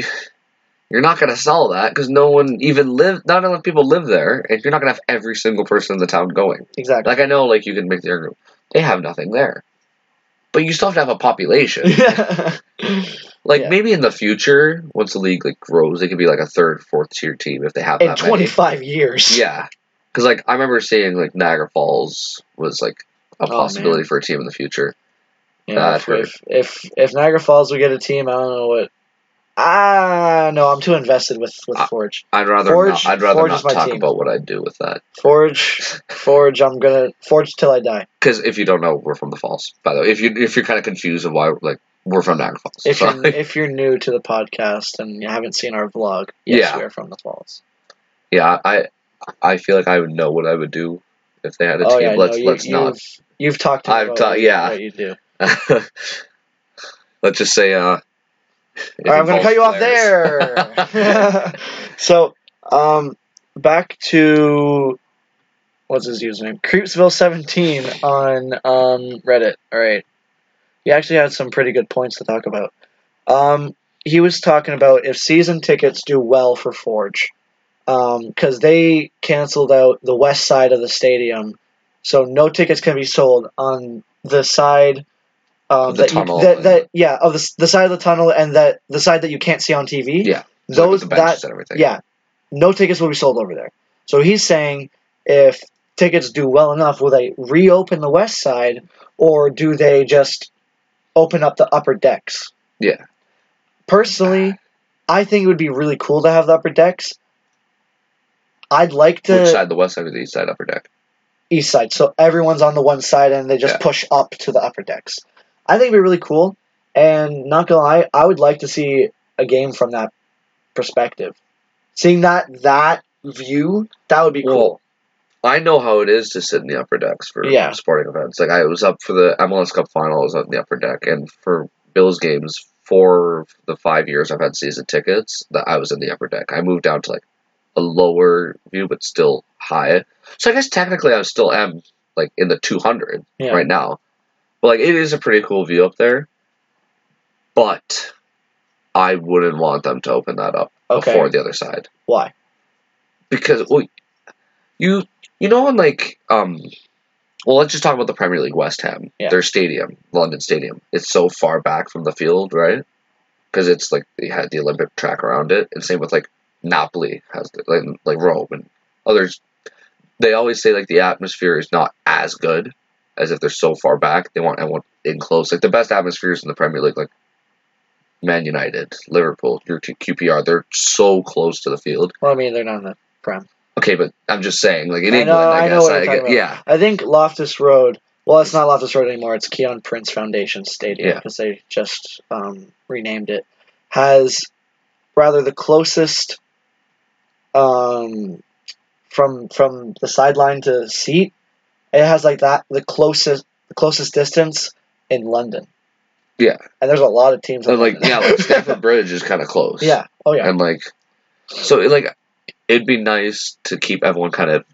Speaker 2: you're not going to sell that because no one even live not enough people live there and you're not going to have every single person in the town going
Speaker 1: exactly.
Speaker 2: like i know like you can make the argument they have nothing there but you still have to have a population
Speaker 1: in
Speaker 2: like
Speaker 1: Yeah.
Speaker 2: maybe in the future once the league like grows they could be like a third fourth tier team if they have that
Speaker 1: twenty
Speaker 2: many
Speaker 1: five years.
Speaker 2: yeah because like i remember seeing like niagara falls was like a
Speaker 1: Oh, man.
Speaker 2: possibility for a team in the future
Speaker 1: You
Speaker 2: That
Speaker 1: if,
Speaker 2: hurt.
Speaker 1: if if if Niagara Falls would get a team, I don't know what. Ah, no, I'm too invested with with
Speaker 2: Ah.
Speaker 1: Forge.
Speaker 2: i'd rather
Speaker 1: Forge-
Speaker 2: not i'd rather
Speaker 1: Forge
Speaker 2: not
Speaker 1: is my
Speaker 2: talk
Speaker 1: team.
Speaker 2: about what i'd do with that
Speaker 1: Forge, Forge. I'm gonna Forge till I die.
Speaker 2: Because if you don't know, we're from the Falls. By the way, if you if you're kind of confused of why, like we're from Niagara Falls.
Speaker 1: If
Speaker 2: So,
Speaker 1: you're if you're new to the podcast and you haven't seen our vlog, yes,
Speaker 2: Yeah.
Speaker 1: we are from the falls.
Speaker 2: yeah, I I feel like I would know what I would do if they had a
Speaker 1: oh
Speaker 2: team.
Speaker 1: yeah,
Speaker 2: let's
Speaker 1: no, you,
Speaker 2: let's not
Speaker 1: you've, You've talked to me
Speaker 2: I've
Speaker 1: about
Speaker 2: ta-
Speaker 1: what, you-
Speaker 2: yeah.
Speaker 1: what you do.
Speaker 2: let's just say. uh it
Speaker 1: All right, I'm gonna
Speaker 2: involves
Speaker 1: cut you off
Speaker 2: players.
Speaker 1: there. so, um, back to what's his username? Creepsville17 on um Reddit. All right, he actually had some pretty good points to talk about. Um, he was talking about if season tickets do well for Forge, because they canceled out the west side of the stadium, so no tickets can be sold on the side. Um,
Speaker 2: Of the
Speaker 1: that you-
Speaker 2: tunnel
Speaker 1: that,
Speaker 2: and-
Speaker 1: that yeah of the, s- the side of the tunnel and that the side that you can't see on TV
Speaker 2: Yeah, So, like, with
Speaker 1: those
Speaker 2: the
Speaker 1: that
Speaker 2: benches and everything.
Speaker 1: yeah, no tickets will be sold over there. So he's saying if tickets do well enough, will they reopen the west side or do they just open up the upper decks?
Speaker 2: Yeah.
Speaker 1: Personally, I think it would be really cool to have the upper decks. I'd like to
Speaker 2: Which side, the west side or the east side upper deck?
Speaker 1: east side. So everyone's on the one side and they just
Speaker 2: Yeah.
Speaker 1: push up to the upper decks. I think it'd be really cool. And not gonna lie, I would like to see a game from that perspective. Seeing that that view, that would be cool.
Speaker 2: Well, I know how it is to sit in the upper decks for
Speaker 1: Yeah.
Speaker 2: sporting events. Like I was up for the MLS Cup final, I was up in the upper deck, and for Bills games, for the five years I've had season tickets, that I was in the upper deck. I moved down to like a lower view, but still high. So I guess technically I still am like in the two hundred
Speaker 1: yeah.
Speaker 2: right now. But like it is a pretty cool view up there. But I wouldn't want them to open that up
Speaker 1: Okay.
Speaker 2: before the other side
Speaker 1: Why?
Speaker 2: because well, you you know when like um, well let's just talk about the Premier League West Ham
Speaker 1: Yeah.
Speaker 2: their stadium London Stadium it's so far back from the field right because it's like they had the Olympic track around it and same with like Napoli has the, like like Rome and others they always say like the atmosphere is not as good as if they're so far back they want everyone in close like the best atmospheres in the Premier League like. Man United, Liverpool, your two- QPR, they're so close to the field.
Speaker 1: Well, I mean, they're not in the prem.
Speaker 2: Okay, but I'm just saying, like in
Speaker 1: I
Speaker 2: England,
Speaker 1: know-
Speaker 2: I,
Speaker 1: I know
Speaker 2: guess,
Speaker 1: what
Speaker 2: I
Speaker 1: you're talking
Speaker 2: get, yeah,
Speaker 1: I think Loftus Road. Well, it's not Loftus Road anymore. It's Keon Prince Foundation Stadium
Speaker 2: Yeah.
Speaker 1: because they just um, renamed it. Has rather the closest um, from from the sideline to seat. It has like that the closest the closest distance in London.
Speaker 2: Yeah.
Speaker 1: and there's a lot of teams. in
Speaker 2: And, like
Speaker 1: London.
Speaker 2: yeah, like Stamford Bridge is kind of close.
Speaker 1: yeah. Oh yeah.
Speaker 2: and like so, it, like it'd be nice to keep everyone kind of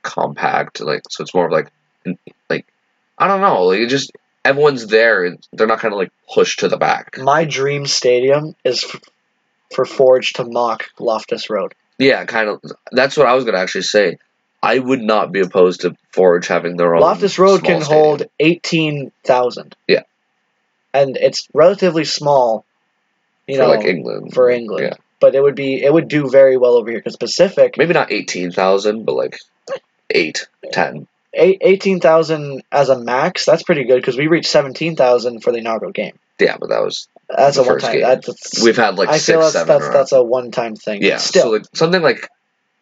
Speaker 2: compact, like so it's more of like an- like I don't know, like it just everyone's there and they're not kind of like pushed to the back.
Speaker 1: My dream stadium is f- for Forge to mock Loftus Road.
Speaker 2: Yeah, kind of. That's what I was gonna actually say. I would not be opposed to Forge having their own.
Speaker 1: Loftus Road
Speaker 2: small
Speaker 1: can
Speaker 2: stadium.
Speaker 1: hold 18,000.
Speaker 2: Yeah.
Speaker 1: And it's relatively small, you
Speaker 2: for
Speaker 1: know,
Speaker 2: like England.
Speaker 1: for England.
Speaker 2: yeah.
Speaker 1: But it would be it would do very well over here because Pacific
Speaker 2: Maybe not eighteen thousand, but like eight, ten.
Speaker 1: eight, 18,000 as a max, that's pretty good because we reached 17,000 for the inaugural game.
Speaker 2: Yeah, but that was
Speaker 1: That's
Speaker 2: The
Speaker 1: a one
Speaker 2: first
Speaker 1: time.
Speaker 2: game.
Speaker 1: That's, that's,
Speaker 2: we've had like
Speaker 1: I
Speaker 2: six,
Speaker 1: feel that's
Speaker 2: seven.
Speaker 1: that's,
Speaker 2: around.
Speaker 1: that's a one time thing.
Speaker 2: yeah.
Speaker 1: Still,
Speaker 2: so like something like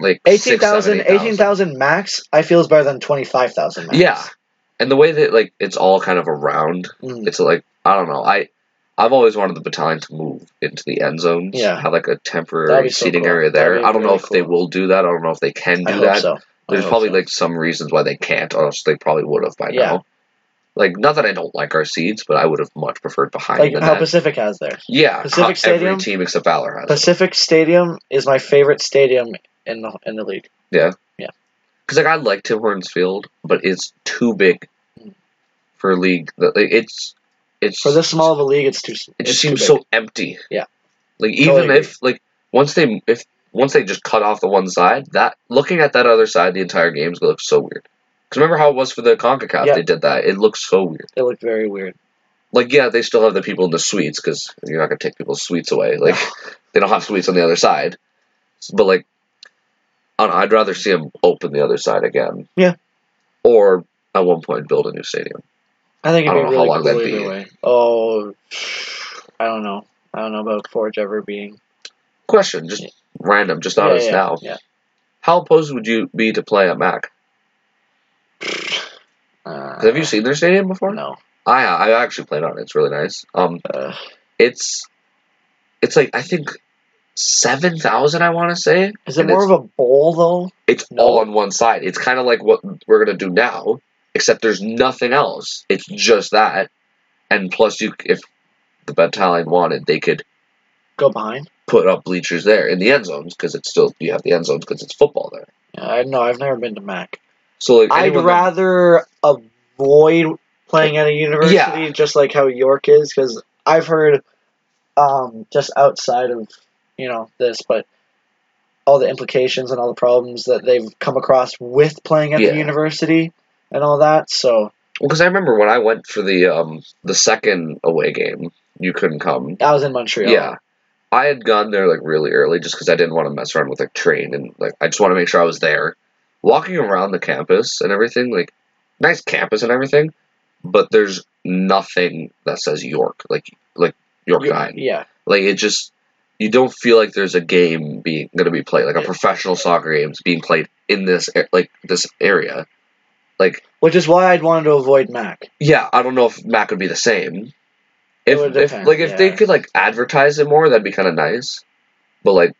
Speaker 2: like
Speaker 1: eighteen
Speaker 2: 18,000,
Speaker 1: thousand, eighteen thousand max, I feel is better than 25,000 max.
Speaker 2: Yeah, and the way that like it's all kind of around,
Speaker 1: Mm.
Speaker 2: it's like I don't know. I I've always wanted the battalion to move into the end zones.
Speaker 1: Yeah.
Speaker 2: have like a
Speaker 1: That'd
Speaker 2: temporary
Speaker 1: be so
Speaker 2: seating
Speaker 1: cool.
Speaker 2: area
Speaker 1: That'd
Speaker 2: there.
Speaker 1: be
Speaker 2: I don't know
Speaker 1: really
Speaker 2: if they
Speaker 1: cool.
Speaker 2: will do that. I don't know if they can
Speaker 1: I
Speaker 2: do
Speaker 1: hope
Speaker 2: that.
Speaker 1: so. I
Speaker 2: There's
Speaker 1: hope
Speaker 2: probably
Speaker 1: so.
Speaker 2: like some reasons why they can't, or else they probably would have by
Speaker 1: Yeah.
Speaker 2: now. Like not that I don't like our seeds, but I would have much preferred behind
Speaker 1: like
Speaker 2: the
Speaker 1: how
Speaker 2: net.
Speaker 1: Pacific has theirs.
Speaker 2: yeah,
Speaker 1: Pacific
Speaker 2: how
Speaker 1: Stadium?
Speaker 2: every team except Valor has
Speaker 1: Pacific Stadium is my favorite stadium in the in the league.
Speaker 2: because like I like Tim Hortons Field, but it's too big
Speaker 1: Mm.
Speaker 2: for a league. That like, it's it's
Speaker 1: For this small of a league, it's too. s-
Speaker 2: it just
Speaker 1: it's too
Speaker 2: seems
Speaker 1: big.
Speaker 2: so empty.
Speaker 1: Yeah.
Speaker 2: Like even
Speaker 1: Totally
Speaker 2: if like once they if once they just cut off the one side, that looking at that other side, the entire game's gonna look so weird. Because remember how it was for the Concacaf?
Speaker 1: Yeah.
Speaker 2: They did that. It looks so weird.
Speaker 1: It looked very weird.
Speaker 2: Like yeah, they still have the people in the suites because you're not gonna take people's suites away. Like they don't have suites on the other side, but like I don't know, I'd rather see them open the other side again.
Speaker 1: Yeah.
Speaker 2: Or at one point build a new stadium.
Speaker 1: I think
Speaker 2: I
Speaker 1: it'd
Speaker 2: don't
Speaker 1: be
Speaker 2: know how
Speaker 1: really
Speaker 2: long
Speaker 1: cool
Speaker 2: that'd
Speaker 1: either
Speaker 2: be.
Speaker 1: way. Oh, I don't know. I don't know about Forge ever being.
Speaker 2: Question, just
Speaker 1: Yeah.
Speaker 2: random, just not
Speaker 1: yeah,
Speaker 2: us
Speaker 1: yeah,
Speaker 2: now.
Speaker 1: Yeah.
Speaker 2: How opposed would you be to play at Mac?
Speaker 1: Uh,
Speaker 2: Have you seen their stadium before?
Speaker 1: No.
Speaker 2: I I actually played on it. It's really nice. Um,
Speaker 1: Uh,
Speaker 2: it's it's like I think seven thousand. I want to say
Speaker 1: is it
Speaker 2: And
Speaker 1: more
Speaker 2: it's-
Speaker 1: of a bowl though?
Speaker 2: it's
Speaker 1: No.
Speaker 2: all on one side. It's kind of like what we're gonna do now, except there's nothing else. It's just that, and plus you if the battalion wanted, they could
Speaker 1: Go behind.
Speaker 2: put up bleachers there in the end zones because it's still you have the end zones because it's football there.
Speaker 1: Yeah, I no, I've never been to Mac.
Speaker 2: So like
Speaker 1: I'd
Speaker 2: anyone that-
Speaker 1: rather avoid playing at a university,
Speaker 2: Yeah.
Speaker 1: just like how York is, because I've heard um, just outside of you know this, but all the implications and all the problems that they've come across with playing at
Speaker 2: Yeah.
Speaker 1: the university and all that. So
Speaker 2: well, because I remember when I went for the um the second away game, you couldn't come.
Speaker 1: I was in Montreal.
Speaker 2: Yeah. I had gone there like really early just because I didn't want to mess around with like train and like I just want to make sure I was there. Walking around the campus and everything, like nice campus and everything, but there's nothing that says York, like like York
Speaker 1: You-
Speaker 2: Nine.
Speaker 1: yeah.
Speaker 2: Like it just you don't feel like there's a game being gonna be played, like a professional soccer game's being played in this a- like this area. Like
Speaker 1: Which is why I'd wanted to avoid Mac.
Speaker 2: yeah, I don't know if Mac would be the same.
Speaker 1: It
Speaker 2: If,
Speaker 1: would
Speaker 2: if
Speaker 1: depend,
Speaker 2: like if they
Speaker 1: yeah.
Speaker 2: could like advertise it more, that'd be kind of nice. But like,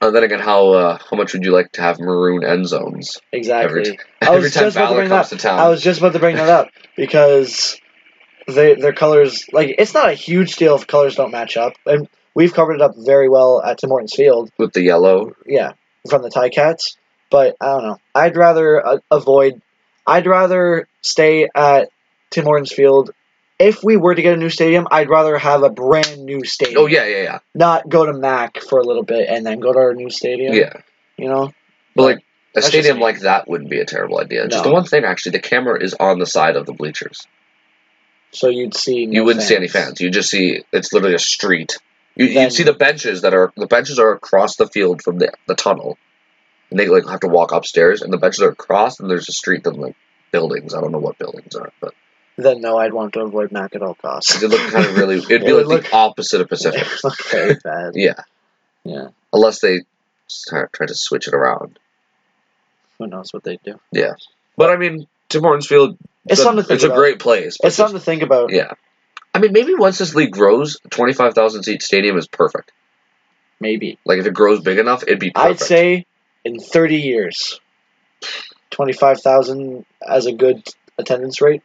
Speaker 2: and then again, how uh, how much would you like to have maroon end zones
Speaker 1: Exactly.
Speaker 2: Every
Speaker 1: I was
Speaker 2: every time
Speaker 1: just about to
Speaker 2: Valor
Speaker 1: bring
Speaker 2: comes to town?
Speaker 1: I was just about to bring that up because they their colors like it's not a huge deal if colors don't match up, and we've covered it up very well at Tim Hortons Field.
Speaker 2: with the yellow.
Speaker 1: Yeah, from the Tie Cats, but I don't know. I'd rather uh, avoid. I'd rather stay at Tim Hortons Field. If we were to get a new stadium, I'd rather have a brand new stadium.
Speaker 2: Oh yeah, yeah, yeah,
Speaker 1: Not go to Mac for a little bit and then go to our new
Speaker 2: yeah.
Speaker 1: stadium. You know.
Speaker 2: But like a
Speaker 1: That's just
Speaker 2: stadium
Speaker 1: me.
Speaker 2: like that wouldn't be a terrible idea. Just the
Speaker 1: No.
Speaker 2: one thing actually, the camera is on the side of the bleachers.
Speaker 1: So you'd see. No
Speaker 2: you wouldn't see any fans. You just see it's literally a street. You
Speaker 1: Then-
Speaker 2: you see the benches that are the benches are across the field from the the tunnel, and they like have to walk upstairs, and the benches are across, and there's a street and like buildings. I don't know what buildings are, but
Speaker 1: Then no, I'd want to avoid Mac at all costs.
Speaker 2: it looked kind of really. It'd be
Speaker 1: It would
Speaker 2: like the opposite of Pacific.
Speaker 1: It looked very bad.
Speaker 2: Yeah,
Speaker 1: Yeah.
Speaker 2: unless they start try to switch it around.
Speaker 1: Who knows what they do?
Speaker 2: But I mean, Tim Hortons Field.
Speaker 1: It's
Speaker 2: the-
Speaker 1: something to think
Speaker 2: It's a
Speaker 1: about.
Speaker 2: great place. but
Speaker 1: It's something to think about.
Speaker 2: Yeah. I mean, maybe once this league grows, twenty five thousand seat stadium is perfect.
Speaker 1: Maybe.
Speaker 2: Like if it grows big enough, it'd be. perfect.
Speaker 1: I'd say in 30 years, 25,000 as a good attendance rate.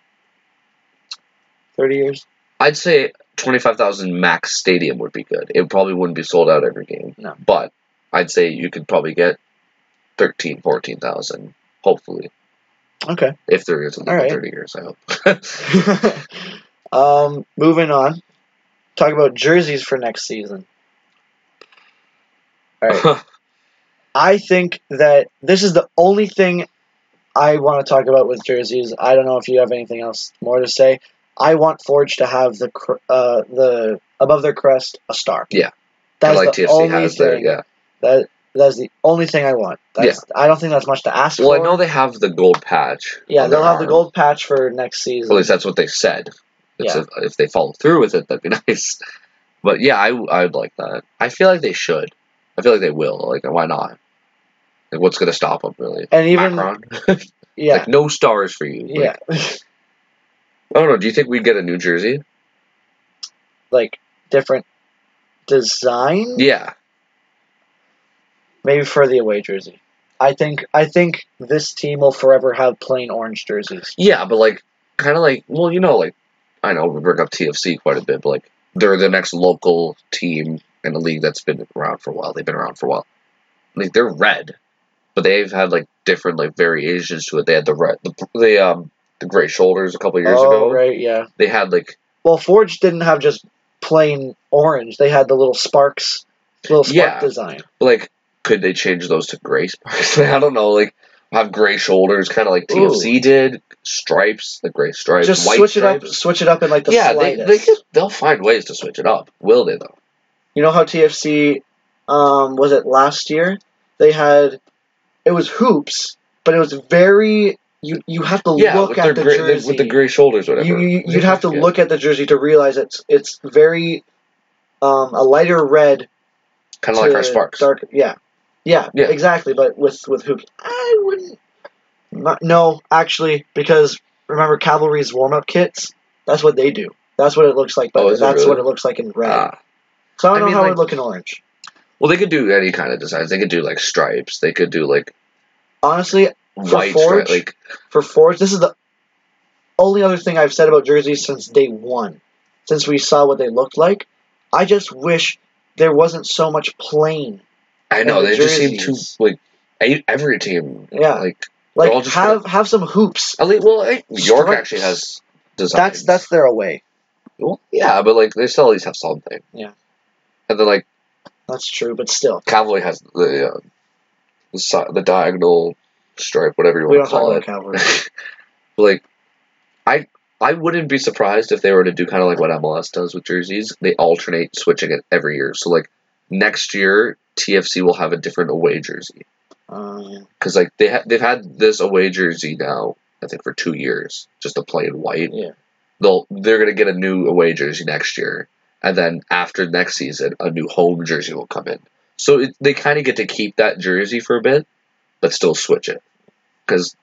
Speaker 1: 30 years?
Speaker 2: I'd say 25,000 max stadium would be good. It probably wouldn't be sold out every game.
Speaker 1: No.
Speaker 2: But I'd say you could probably get 13, 14,000, hopefully.
Speaker 1: Okay.
Speaker 2: If they're going to live
Speaker 1: All right.
Speaker 2: 30 years, I hope.
Speaker 1: um, moving on. Talk about jerseys for next season. All right. I think that this is the only thing I want to talk about with jerseys. I don't know if you have anything else more to say. I want Forge to have the cr- uh, the above their crest a star.
Speaker 2: Yeah.
Speaker 1: that's
Speaker 2: like
Speaker 1: the
Speaker 2: TFC
Speaker 1: only
Speaker 2: has
Speaker 1: thing.
Speaker 2: there, yeah.
Speaker 1: That that's the only thing I want. That's, I don't think that's much to ask
Speaker 2: Well, I
Speaker 1: for.
Speaker 2: know they have the gold patch.
Speaker 1: yeah,
Speaker 2: on
Speaker 1: they'll
Speaker 2: their
Speaker 1: have the
Speaker 2: arm.
Speaker 1: gold patch for next season.
Speaker 2: At least that's what they said. It's
Speaker 1: Yeah.
Speaker 2: if, if they follow through with it, that'd be nice. But yeah, I, I would like that. I feel like they should. I feel like they will. Like, why not? Like, what's going to stop them, really?
Speaker 1: and even
Speaker 2: Macron?
Speaker 1: yeah,
Speaker 2: Like, no stars for you. Like,
Speaker 1: yeah,
Speaker 2: I don't know. Do you think we'd get a new jersey?
Speaker 1: like different design.
Speaker 2: Yeah.
Speaker 1: Maybe for the away jersey. I think I think this team will forever have plain orange jerseys.
Speaker 2: Yeah, but like, kind of like, well, you know, like, I know we bring up TFC quite a bit, but like, they're the next local team in a league that's been around for a while. They've been around for a while. Like, they're red, but they've had like different like variations to it. They had the red, the, the um, the gray shoulders a couple years
Speaker 1: oh,
Speaker 2: ago.
Speaker 1: right, yeah.
Speaker 2: They had like,
Speaker 1: Well, Forge didn't have just plain orange. They had the little sparks, little spark
Speaker 2: Yeah.
Speaker 1: design.
Speaker 2: like, could they change those to gray sparks? I don't know. Like, have gray shoulders, kind of like TFC did. Stripes, the gray stripes,
Speaker 1: just
Speaker 2: white
Speaker 1: switch
Speaker 2: stripes.
Speaker 1: it up, switch it up in like the
Speaker 2: yeah, they,
Speaker 1: slightest.
Speaker 2: they could, they'll find ways to switch it up. Will they though?
Speaker 1: You know how TFC um, was it last year? They had it was hoops, but it was very you you have to
Speaker 2: Yeah,
Speaker 1: look
Speaker 2: with,
Speaker 1: at
Speaker 2: their
Speaker 1: the
Speaker 2: gray, they-
Speaker 1: jersey.
Speaker 2: with the gray shoulders, or
Speaker 1: you,
Speaker 2: whatever.
Speaker 1: you you'd have to
Speaker 2: Yeah.
Speaker 1: look at the jersey to realize it's it's very um, a lighter red
Speaker 2: kind of like
Speaker 1: to
Speaker 2: our sparks.
Speaker 1: dark yeah yeah,
Speaker 2: Yeah.
Speaker 1: exactly but with with hoops i wouldn't not, no actually because remember cavalry's warm-up kits that's what they do that's what it looks like but
Speaker 2: Oh, is it
Speaker 1: that's
Speaker 2: really?
Speaker 1: what it looks like in red
Speaker 2: Ah.
Speaker 1: so i don't
Speaker 2: I
Speaker 1: know
Speaker 2: mean,
Speaker 1: how it would
Speaker 2: like-
Speaker 1: look in orange
Speaker 2: well, they could do any kind of designs. They could do like stripes. They could do like
Speaker 1: honestly For
Speaker 2: white
Speaker 1: Forge?
Speaker 2: stripes. Like
Speaker 1: for forge this is the only other thing i've said about jerseys since day one since we saw what they looked like i just wish there wasn't so much plain
Speaker 2: I know
Speaker 1: And the
Speaker 2: they just seem too
Speaker 1: jerseys.
Speaker 2: like e- every team.
Speaker 1: Yeah.
Speaker 2: Like
Speaker 1: like
Speaker 2: all just
Speaker 1: have have some hoops
Speaker 2: at least, well, like, York
Speaker 1: Stripes.
Speaker 2: actually has
Speaker 1: that's
Speaker 2: designs.
Speaker 1: that's their away
Speaker 2: Well, yeah, but like they still at least have something.
Speaker 1: Yeah.
Speaker 2: And then like
Speaker 1: that's true but still
Speaker 2: Cavalry has the uh, the, si- the diagonal stripe, whatever you
Speaker 1: we
Speaker 2: want
Speaker 1: don't
Speaker 2: to
Speaker 1: talk
Speaker 2: call
Speaker 1: about
Speaker 2: it.
Speaker 1: cavalry
Speaker 2: like I I wouldn't be surprised if they were to do kind of like what MLS does with jerseys. They alternate switching it every year. So like next year TFC will have a different away jersey
Speaker 1: um,
Speaker 2: because like they ha- they've had this away jersey now I think for two years just a plain white.
Speaker 1: Yeah.
Speaker 2: They'll they're gonna get a new away jersey next year, and then after next season a new home jersey will come in. So it, they kind of get to keep that jersey for a bit, but still switch it because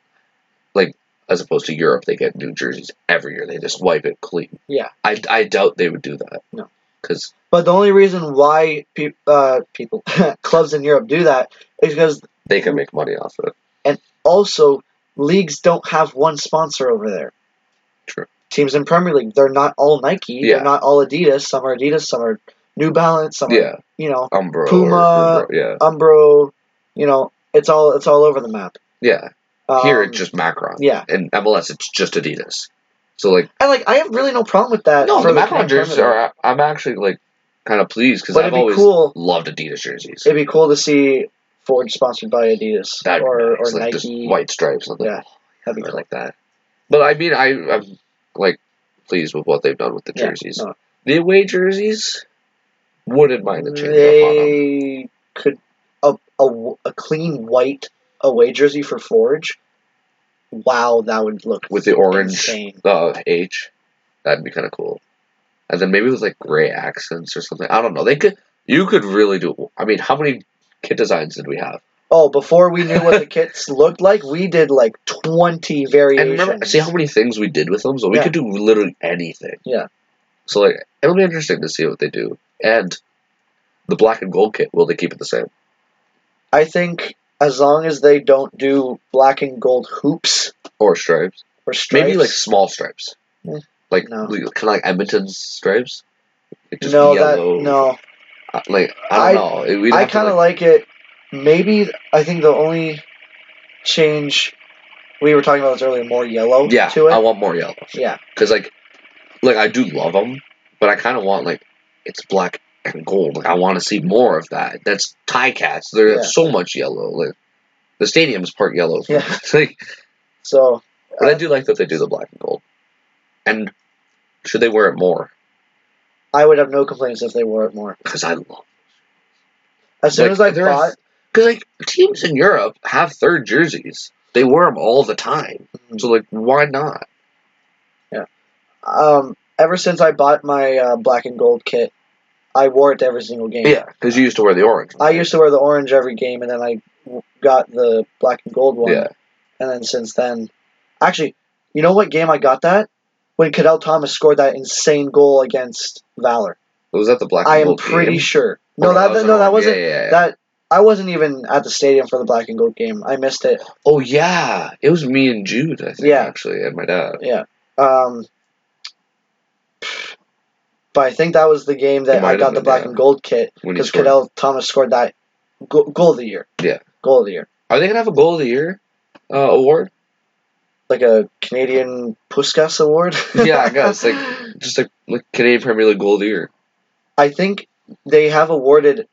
Speaker 2: like as opposed to Europe they get new jerseys every year they just wipe it clean.
Speaker 1: Yeah.
Speaker 2: I, I doubt they would do that.
Speaker 1: No.
Speaker 2: Because
Speaker 1: But the only reason why pe- uh, people clubs in Europe do that is because
Speaker 2: they can make money off of it.
Speaker 1: also leagues don't have one sponsor over there.
Speaker 2: True.
Speaker 1: Teams in Premier League, they're not all Nike,
Speaker 2: Yeah.
Speaker 1: they're not all Adidas. Some are Adidas, some are New Balance, some are
Speaker 2: Yeah.
Speaker 1: you know
Speaker 2: Umbro. or-
Speaker 1: Puma.
Speaker 2: Umbro, yeah.
Speaker 1: Umbro. You know, it's all it's all over the map.
Speaker 2: Yeah.
Speaker 1: Um,
Speaker 2: Here it's just Macron.
Speaker 1: yeah,
Speaker 2: In MLS it's just Adidas. So like
Speaker 1: and like I have really no problem with that.
Speaker 2: no
Speaker 1: for
Speaker 2: the
Speaker 1: the
Speaker 2: Macron
Speaker 1: current Premier
Speaker 2: jerseys
Speaker 1: League.
Speaker 2: are I'm actually like kind of pleased because
Speaker 1: But
Speaker 2: I've
Speaker 1: it'd be
Speaker 2: always
Speaker 1: cool.
Speaker 2: loved Adidas jerseys.
Speaker 1: It'd be cool to see Ford sponsored by Adidas
Speaker 2: That'd be
Speaker 1: or
Speaker 2: nice,
Speaker 1: or
Speaker 2: like just
Speaker 1: Nike.
Speaker 2: white stripes. I'm like,
Speaker 1: Yeah, That'd be
Speaker 2: I
Speaker 1: cool.
Speaker 2: like that. But I mean, I, I'm like pleased with what they've done with the
Speaker 1: Yeah,
Speaker 2: jerseys.
Speaker 1: no.
Speaker 2: The away jerseys wouldn't mind the change up on them.
Speaker 1: They could a, a, a clean white away jersey for Forge. Wow, that would look
Speaker 2: with the orange
Speaker 1: insane.
Speaker 2: uh, H. That'd be kind of cool. And then maybe with like gray accents or something. I don't know. They could. You could really do. I mean, how many kit designs did we have?
Speaker 1: Oh, before we knew what the kits looked like, we did like twenty
Speaker 2: And
Speaker 1: variations.
Speaker 2: remember, see how many things we did with them. So we
Speaker 1: Yeah.
Speaker 2: could do literally anything.
Speaker 1: Yeah.
Speaker 2: So like, it'll be interesting to see what they do. And the black and gold kit. Will they keep it the same?
Speaker 1: I think as long as they don't do black and gold hoops
Speaker 2: Or stripes?
Speaker 1: or stripes,
Speaker 2: Maybe like small stripes,
Speaker 1: Mm.
Speaker 2: like
Speaker 1: No.
Speaker 2: kind of like Edmonton's stripes. Like, just
Speaker 1: no,
Speaker 2: yellow.
Speaker 1: that no.
Speaker 2: Uh, Like I don't know. It- we'd
Speaker 1: I
Speaker 2: have to,
Speaker 1: kind of
Speaker 2: like,
Speaker 1: like it maybe I think the only change we were talking about this earlier, more yellow
Speaker 2: Yeah,
Speaker 1: to it.
Speaker 2: I want more yellow
Speaker 1: yeah,
Speaker 2: because like, like I do love them, but I kind of want like it's black and gold. Like I want to see more of that. That's tie cats. There's
Speaker 1: Yeah.
Speaker 2: so much yellow. Like the stadium's part yellow.
Speaker 1: Yeah.
Speaker 2: It's like,
Speaker 1: so
Speaker 2: but I do like that they do the black and gold. And should they wear it more?
Speaker 1: I would have no complaints if they wore it more.
Speaker 2: Because I love.
Speaker 1: As soon
Speaker 2: Like,
Speaker 1: as I
Speaker 2: there are-
Speaker 1: bought,
Speaker 2: Because like teams in Europe have third jerseys. They wear them all the time. So like, why not?
Speaker 1: um, ever since I bought my uh, black and gold kit, I wore it to every single game.
Speaker 2: Yeah, because you used to wear the orange.
Speaker 1: I used to wear the orange every game, and then I w- got the black and gold one.
Speaker 2: Yeah.
Speaker 1: And then since then, actually, you know what game I got that? When Cadell Thomas scored that insane goal against Valor.
Speaker 2: Was that the black? And
Speaker 1: I am
Speaker 2: gold
Speaker 1: pretty
Speaker 2: game?
Speaker 1: sure.
Speaker 2: Or
Speaker 1: No, that,
Speaker 2: was
Speaker 1: no,
Speaker 2: an
Speaker 1: that
Speaker 2: orange?
Speaker 1: wasn't
Speaker 2: Yeah, yeah, yeah.
Speaker 1: that. I wasn't even at the stadium for the black and gold game. I missed it.
Speaker 2: Oh yeah, it was me and Jude. I think
Speaker 1: Yeah.
Speaker 2: actually, and my dad.
Speaker 1: Um, but I think that was the game
Speaker 2: It
Speaker 1: that
Speaker 2: might
Speaker 1: I
Speaker 2: have
Speaker 1: got the
Speaker 2: been,
Speaker 1: black
Speaker 2: yeah.
Speaker 1: and gold kit
Speaker 2: When he
Speaker 1: because
Speaker 2: scored.
Speaker 1: Cadell Thomas scored that go- goal of the year.
Speaker 2: Yeah.
Speaker 1: Goal of the year,
Speaker 2: Are they gonna have a goal of the year uh, award?
Speaker 1: like a Canadian Puskas award.
Speaker 2: yeah, I guess like just like, like Canadian Premier League goal of the year.
Speaker 1: I think they have awarded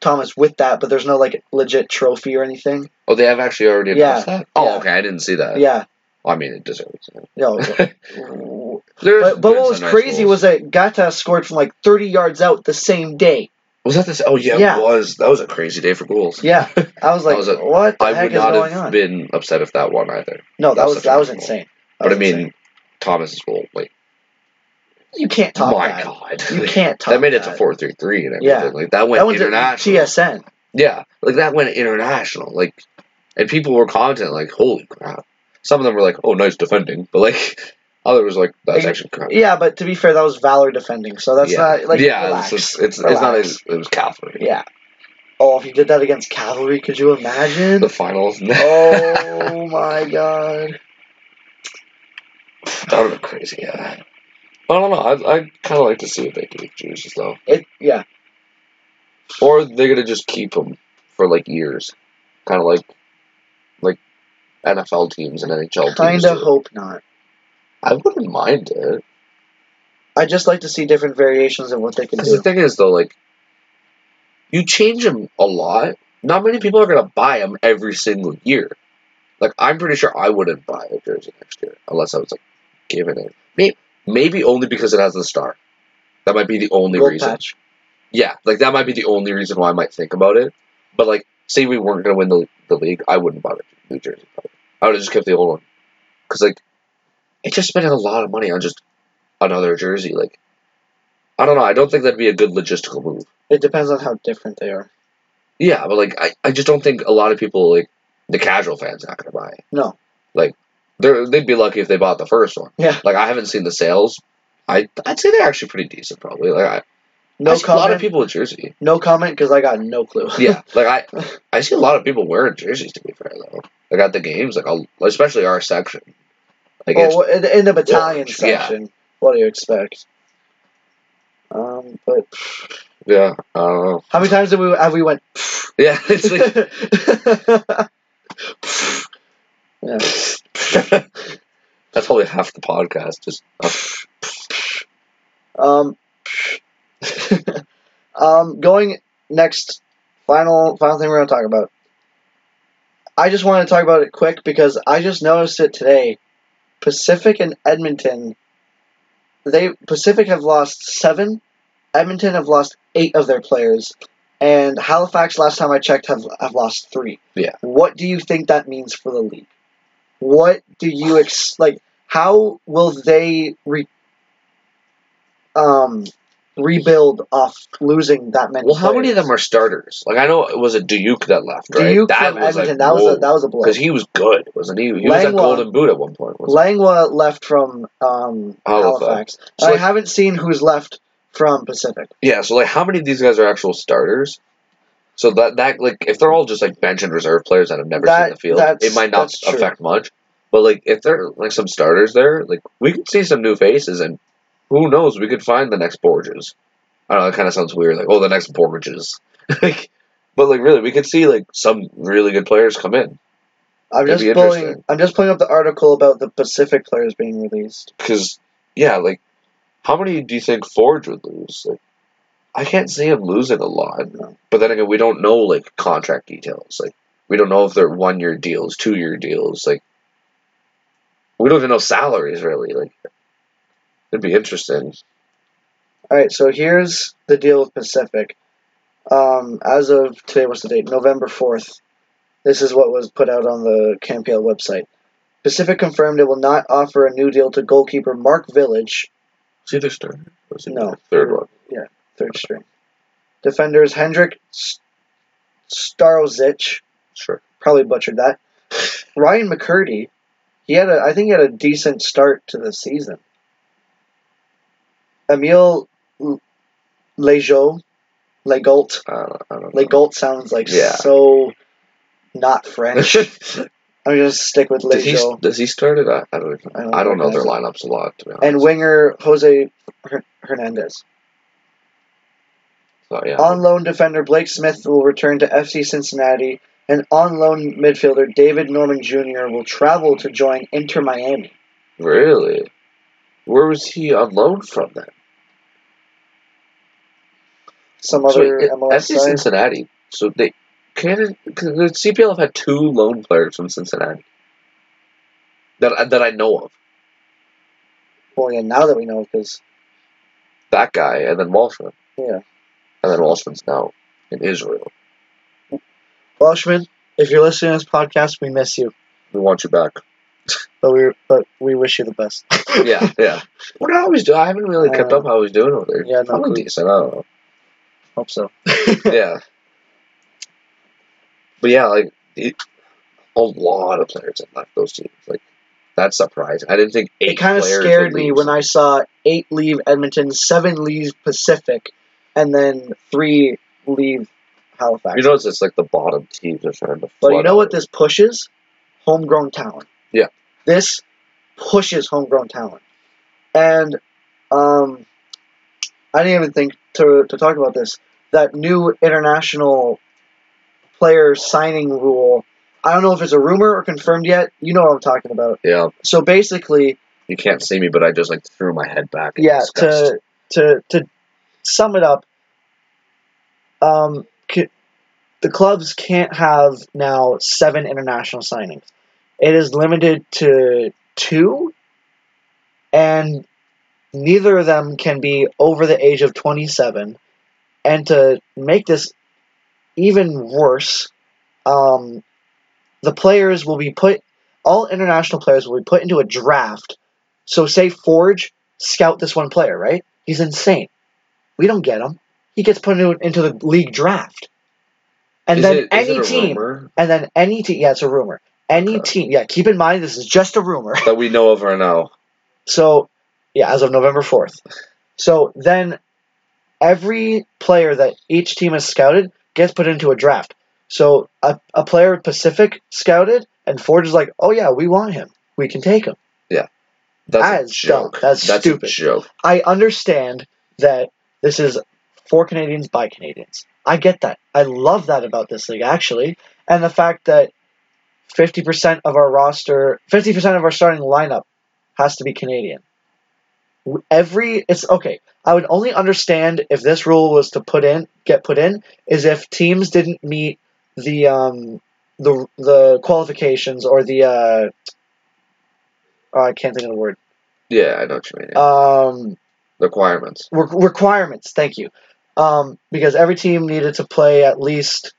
Speaker 1: Thomas with that, but there's no like legit trophy or anything.
Speaker 2: Oh, they have actually already
Speaker 1: Yeah,
Speaker 2: announced that. Oh,
Speaker 1: yeah.
Speaker 2: okay, I didn't see that.
Speaker 1: Yeah,
Speaker 2: Well, I mean, it deserves it.
Speaker 1: no.
Speaker 2: There's
Speaker 1: But, but
Speaker 2: been
Speaker 1: what
Speaker 2: some
Speaker 1: was
Speaker 2: nice
Speaker 1: crazy
Speaker 2: goals.
Speaker 1: was that Gata scored from like 30 yards out the same day.
Speaker 2: was that this? Oh yeah,
Speaker 1: Yeah.
Speaker 2: it was. That was a crazy day for goals.
Speaker 1: Yeah, I was like,
Speaker 2: was like,
Speaker 1: what the
Speaker 2: I
Speaker 1: heck
Speaker 2: would
Speaker 1: is
Speaker 2: not
Speaker 1: going
Speaker 2: have
Speaker 1: on?
Speaker 2: been upset if that won either.
Speaker 1: no, that
Speaker 2: that's
Speaker 1: was
Speaker 2: such a
Speaker 1: that was
Speaker 2: nice goal.
Speaker 1: insane. That
Speaker 2: But I
Speaker 1: was
Speaker 2: mean,
Speaker 1: insane.
Speaker 2: Thomas's goal, like
Speaker 1: you can't top
Speaker 2: my
Speaker 1: that.
Speaker 2: god,
Speaker 1: You can't top
Speaker 2: that made it to
Speaker 1: that.
Speaker 2: four three three and everything.
Speaker 1: Yeah.
Speaker 2: Like that went
Speaker 1: That went to
Speaker 2: international.
Speaker 1: TSN.
Speaker 2: Yeah, like that went international. Like, and people were commenting like, "Holy crap!" Some of them were like, "Oh, nice defending," but like others were like, "That's
Speaker 1: It-
Speaker 2: actually crap."
Speaker 1: Yeah, but to be fair, that was Valor defending, so that's not like
Speaker 2: yeah,
Speaker 1: relax.
Speaker 2: it's just, it's, it's not
Speaker 1: Relax.
Speaker 2: as it was Cavalry.
Speaker 1: yeah. Oh, if you did that against Cavalry, could you imagine?
Speaker 2: The finals.
Speaker 1: oh my god.
Speaker 2: that would have been crazy. Yeah. I don't know. I I kind of like to see what they do with Jesus though.
Speaker 1: It yeah.
Speaker 2: Or they're gonna just keep him for like years, kind of like like NFL teams and NHL teams.
Speaker 1: Kind of
Speaker 2: do.
Speaker 1: hope not.
Speaker 2: I wouldn't mind it
Speaker 1: I just like to see different variations of what they can
Speaker 2: because the
Speaker 1: do.
Speaker 2: thing is though, like you change them a lot. Not many people are gonna buy them every single year. Like I'm pretty sure I wouldn't buy a jersey next year unless I was like giving it. Maybe maybe only because it has the star. That might be the only
Speaker 1: Gold
Speaker 2: reason.
Speaker 1: patch.
Speaker 2: Yeah, like that might be the only reason why I might think about it. But like, say we weren't gonna win the, the league, I wouldn't buy the New Jersey. Probably. I would have just kept the old one, because like, it's just spending a lot of money on just another jersey. Like, I don't know. I don't think that'd be a good logistical move.
Speaker 1: It depends on how different they are.
Speaker 2: Yeah, but like, I, I just don't think a lot of people like the casual fans not gonna buy. it.
Speaker 1: No.
Speaker 2: Like, they they'd be lucky if they bought the first one.
Speaker 1: Yeah.
Speaker 2: Like I haven't seen the sales. I I'd say they're actually pretty decent probably. Like I,
Speaker 1: No
Speaker 2: I see a lot of
Speaker 1: comment.
Speaker 2: people with jersey.
Speaker 1: No comment because I got no clue.
Speaker 2: yeah, like I, I see a lot of people wearing jerseys. To be fair, though, like at the games, like I'll, especially our section, like it's,
Speaker 1: Well, in, in the battalion
Speaker 2: orange, yeah.
Speaker 1: section, what do you expect? Um, but
Speaker 2: yeah, I don't know.
Speaker 1: how many times have we have we went?
Speaker 2: yeah, it's like
Speaker 1: yeah.
Speaker 2: that's probably half the podcast. Just uh,
Speaker 1: Um, um, going next, final final thing we're gonna talk about. I just want to talk about it quick because I just noticed it today. Pacific and Edmonton. They Pacific have lost seven. Edmonton have lost eight of their players, and Halifax. Last time I checked, have have lost three.
Speaker 2: Yeah.
Speaker 1: What do you think that means for the league? What do you ex like? How will they re? Um, rebuild off losing that many.
Speaker 2: well, how many of them are starters? Like I know it was a Duke that left, right?
Speaker 1: Duke from Edmonton? that was a that was a blow.
Speaker 2: because he was good, wasn't he? He was at
Speaker 1: Langlois-
Speaker 2: Golden Boot at one point. Wasn't
Speaker 1: Langwa left from um,
Speaker 2: Halifax.
Speaker 1: Halifax.
Speaker 2: So,
Speaker 1: I
Speaker 2: like-
Speaker 1: haven't seen who's left from Pacific.
Speaker 2: he? Yeah, so like how many of these guys are actual starters? So that that like if they're all just like bench and reserve players that have never
Speaker 1: That-
Speaker 2: seen the field,
Speaker 1: that's-
Speaker 2: it might not
Speaker 1: that's true.
Speaker 2: affect much. But like if there are like some starters there, like we could see some new faces and who knows, we could find the next Borges. I don't know, it kinda sounds weird, like, oh the next Borges. like But like really, we could see like some really good players come in
Speaker 1: I'm
Speaker 2: That'd
Speaker 1: just
Speaker 2: be
Speaker 1: pulling.
Speaker 2: interesting.
Speaker 1: I'm just pulling up the article about the Pacific players being released.
Speaker 2: because yeah, like how many do you think Forge would lose? Like I can't see him losing a lot.
Speaker 1: No.
Speaker 2: But then again, we don't know like contract details. Like we don't know if they're one year deals, two year deals. Like we don't even know salaries really. Like it'd be interesting.
Speaker 1: All right, so here's the deal with Pacific. Um, as of today, what's the date? November 4th. This is what was put out on the Campiel website. Pacific confirmed it will not offer a new deal to goalkeeper Mark Village,
Speaker 2: See their starter. Or is it
Speaker 1: No.
Speaker 2: their Third one.
Speaker 1: third string. Defenders Hendrik S- Starozic,
Speaker 2: Sure.
Speaker 1: probably butchered that. Ryan McCurdy, he had a, I think he had a decent start to the season. Emile L- Lejeune, Legault,
Speaker 2: I don't, I don't know.
Speaker 1: Like Gold sounds like
Speaker 2: Yeah.
Speaker 1: so not French. I'm gonna stick with
Speaker 2: does he
Speaker 1: Lejo.
Speaker 2: does he start it? I, I don't even,
Speaker 1: I don't
Speaker 2: I don't know their
Speaker 1: recognize
Speaker 2: lineups a lot to be honest.
Speaker 1: And winger Jose Her- Hernandez.
Speaker 2: so, yeah.
Speaker 1: On loan defender Blake Smith will return to FC Cincinnati, and on loan midfielder David Norman Jr. will travel to join Inter Miami.
Speaker 2: Really? Where was he on loan from then?
Speaker 1: Some
Speaker 2: So
Speaker 1: other
Speaker 2: it-
Speaker 1: MLS
Speaker 2: FC
Speaker 1: side.
Speaker 2: Cincinnati. So they can cause the CPL have had two loan players from Cincinnati that I- that I know of.
Speaker 1: Well, yeah, now that we know, because
Speaker 2: That guy and then Walshman.
Speaker 1: Yeah.
Speaker 2: And then Walshman's now in Israel.
Speaker 1: Welshman, if you're listening to this podcast, we miss you,
Speaker 2: We want you back.
Speaker 1: but we but we wish you the best.
Speaker 2: Yeah, yeah. What I always do, I haven't really kept
Speaker 1: Uh,
Speaker 2: up how he's doing over there.
Speaker 1: yeah, no
Speaker 2: Probably
Speaker 1: clue.
Speaker 2: decent. I don't know.
Speaker 1: Hope so.
Speaker 2: yeah. But yeah, like it, a lot of players have left those teams. Like that's surprising. I didn't think eight.
Speaker 1: it kind of
Speaker 2: players would
Speaker 1: scared me
Speaker 2: leave.
Speaker 1: when I saw eight leave Edmonton, seven leave Pacific, and then three leave Halifax.
Speaker 2: You notice it's like the bottom teams are trying to.
Speaker 1: but you
Speaker 2: flood
Speaker 1: know what
Speaker 2: out.
Speaker 1: this pushes? Homegrown talent.
Speaker 2: Yeah.
Speaker 1: This pushes homegrown talent, and um, I didn't even think to to talk about this. That new international player signing rule. I don't know if it's a rumor or confirmed yet. You know what I'm talking about.
Speaker 2: Yeah,
Speaker 1: So basically,
Speaker 2: you can't see me, but I just like threw my head back. in
Speaker 1: yeah
Speaker 2: disgust.
Speaker 1: to to to sum it up um c- the clubs can't have now seven international signings it is limited to two and neither of them can be over the age of 27 and to make this even worse um the players will be put all international players will be put into a draft so say forge scout this one player right he's insane we don't get him he gets put into, into the league draft and
Speaker 2: Is
Speaker 1: then
Speaker 2: it- is
Speaker 1: any
Speaker 2: it a
Speaker 1: team
Speaker 2: rumor
Speaker 1: and then any team yeah it's a rumor any
Speaker 2: Okay.
Speaker 1: team yeah keep in mind this is just a rumor
Speaker 2: that we know of right now.
Speaker 1: so, yeah, as of November 4th. So then every player that each team has scouted gets put into a draft. So a, a player with Pacific scouted, and Forge is like, oh, yeah, we want him. We can take him.
Speaker 2: That's
Speaker 1: That
Speaker 2: a
Speaker 1: is dumb.
Speaker 2: joke.
Speaker 1: That's
Speaker 2: a
Speaker 1: stupid.
Speaker 2: joke.
Speaker 1: I understand that this is for Canadians by Canadians. I get that. I love that about this league, actually. And the fact that 50% of our roster, 50% of our starting lineup has to be Canadian. W- Every, it's okay. I would only understand if this rule was to put in, get put in, is if teams didn't meet the, um, the, the qualifications or the, uh, oh, I can't think of the word,
Speaker 2: Yeah, I know what you mean.
Speaker 1: um,
Speaker 2: Requirements.
Speaker 1: Re- requirements. Thank you. Um, because every team needed to play at least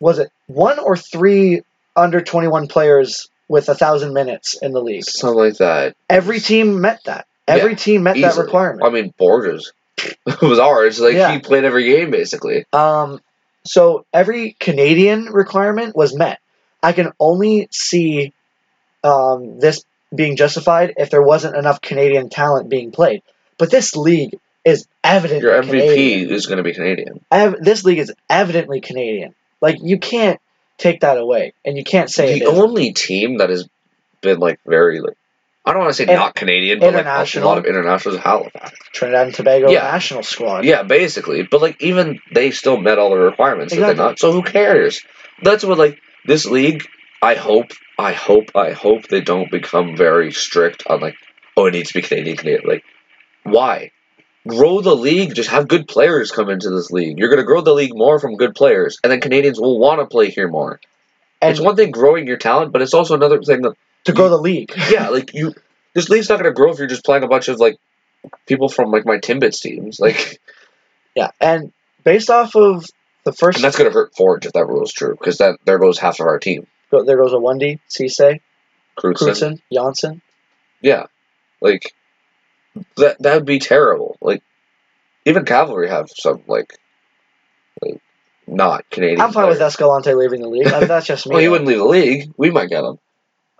Speaker 1: was it one or three under twenty one players with a thousand minutes in the league.
Speaker 2: Something like that.
Speaker 1: Every team met that. Every
Speaker 2: Yeah,
Speaker 1: team met that
Speaker 2: Easily. Um,
Speaker 1: requirement.
Speaker 2: I mean, Borges was ours. Like
Speaker 1: Yeah.
Speaker 2: he played every game basically.
Speaker 1: Um, so every Canadian requirement was met. I can only see um, this being justified if there wasn't enough Canadian talent being played. But this league is evidently
Speaker 2: Your MVP
Speaker 1: Canadian.
Speaker 2: is going to be Canadian.
Speaker 1: ev- this league is evidently Canadian. Like you can't take that away, and you can't say it
Speaker 2: the
Speaker 1: isn't.
Speaker 2: only team that has been like very like I don't want to say
Speaker 1: In-
Speaker 2: not Canadian, but like a
Speaker 1: international.
Speaker 2: lot of internationals Halifax.
Speaker 1: Trinidad and Tobago
Speaker 2: Yeah.
Speaker 1: national squad.
Speaker 2: Yeah, basically. But like even they still met all the requirements that
Speaker 1: Exactly.
Speaker 2: they not. So who cares? That's what like this league. I hope, I hope, I hope they don't become very strict on like, oh, it needs to be Canadian, Canadian. Like, why? Grow the league. Just have good players come into this league. You're gonna grow the league more from good players, and then Canadians will want to play here more.
Speaker 1: And
Speaker 2: it's one thing growing your talent, but it's also another thing that
Speaker 1: to grow the league.
Speaker 2: yeah, like you, this league's not gonna grow if you're just playing a bunch of like people from like my Timbits teams. Like,
Speaker 1: Yeah. And based off of the first
Speaker 2: And that's going to hurt Forge if that rule is true, because that there goes half of our team.
Speaker 1: go- there goes a one D, Cisse,
Speaker 2: Crutzen.
Speaker 1: Crutzen, Janssen.
Speaker 2: Yeah. Like, that that would be terrible. Like, even Cavalry have some, like, like not Canadian.
Speaker 1: I'm fine with
Speaker 2: players.
Speaker 1: Escalante leaving the league. I mean, that's just me.
Speaker 2: Well, he wouldn't leave the league. We might get him.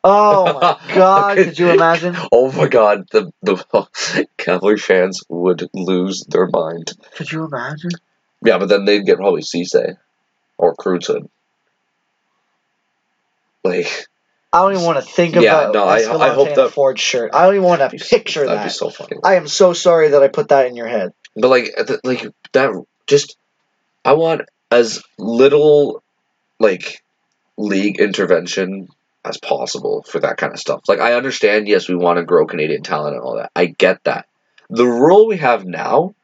Speaker 1: Oh my god, could you imagine?
Speaker 2: Oh my god, the, the Cavalry fans would lose their mind.
Speaker 1: Could you imagine?
Speaker 2: Yeah, but then they'd get probably Cisse or Crutzen. Like,
Speaker 1: I don't even want to think about
Speaker 2: Yeah, no, I- I
Speaker 1: Escalante
Speaker 2: hope
Speaker 1: in a
Speaker 2: that-
Speaker 1: Ford shirt. I don't even want to picture
Speaker 2: that'd be
Speaker 1: that.
Speaker 2: so funny.
Speaker 1: I am so sorry that I put that in your head.
Speaker 2: But like, at the- like that, just I want as little like league intervention as possible for that kind of stuff. Like, I understand, yes, we want to grow Canadian talent and all that. I get that. The rule we have now,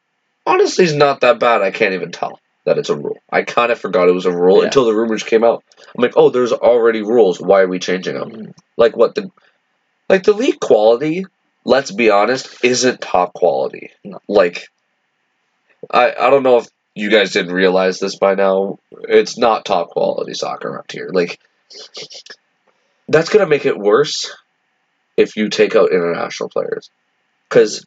Speaker 2: honestly, is not that bad. I can't even tell that it's a rule. I kind of forgot it was a rule
Speaker 1: Yeah.
Speaker 2: until the rumors came out. I'm like, oh, there's already rules. Why are we changing them?
Speaker 1: Mm-hmm.
Speaker 2: Like what the like the league quality, let's be honest, isn't top quality.
Speaker 1: No.
Speaker 2: Like I I don't know if you guys didn't realize this by now. It's not top quality soccer out here. Like that's going to make it worse if you take out international players. Cuz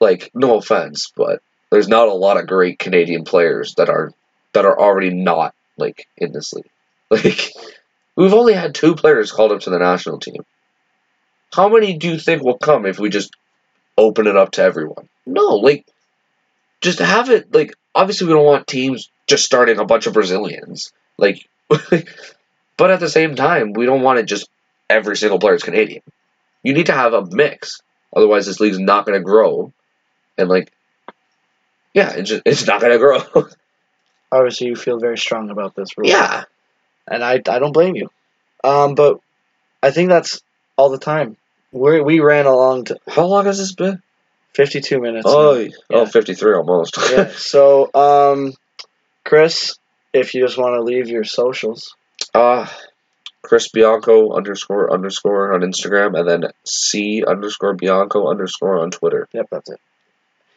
Speaker 2: like no offense, but there's not a lot of great Canadian players that are that are already not like in this league. Like we've only had two players called up to the national team. How many do you think will come if we just open it up to everyone? No, like just have it like obviously we don't want teams just starting a bunch of Brazilians. Like but at the same time, we don't want it just every single player is Canadian. You need to have a mix. Otherwise this league's not gonna grow. And like yeah, it's just, it's not gonna grow.
Speaker 1: Obviously, you feel very strong about this rule.
Speaker 2: yeah.
Speaker 1: and I, I don't blame you. Um, but I think that's all the time. We we ran along to
Speaker 2: How long has this been?
Speaker 1: 52 minutes.
Speaker 2: oh,
Speaker 1: now. yeah.
Speaker 2: oh 53 almost.
Speaker 1: yeah. So, um, Chris, if you just want to leave your socials,
Speaker 2: Uh Chris Bianco underscore underscore on Instagram and then C underscore Bianco underscore on Twitter.
Speaker 1: yep, that's it.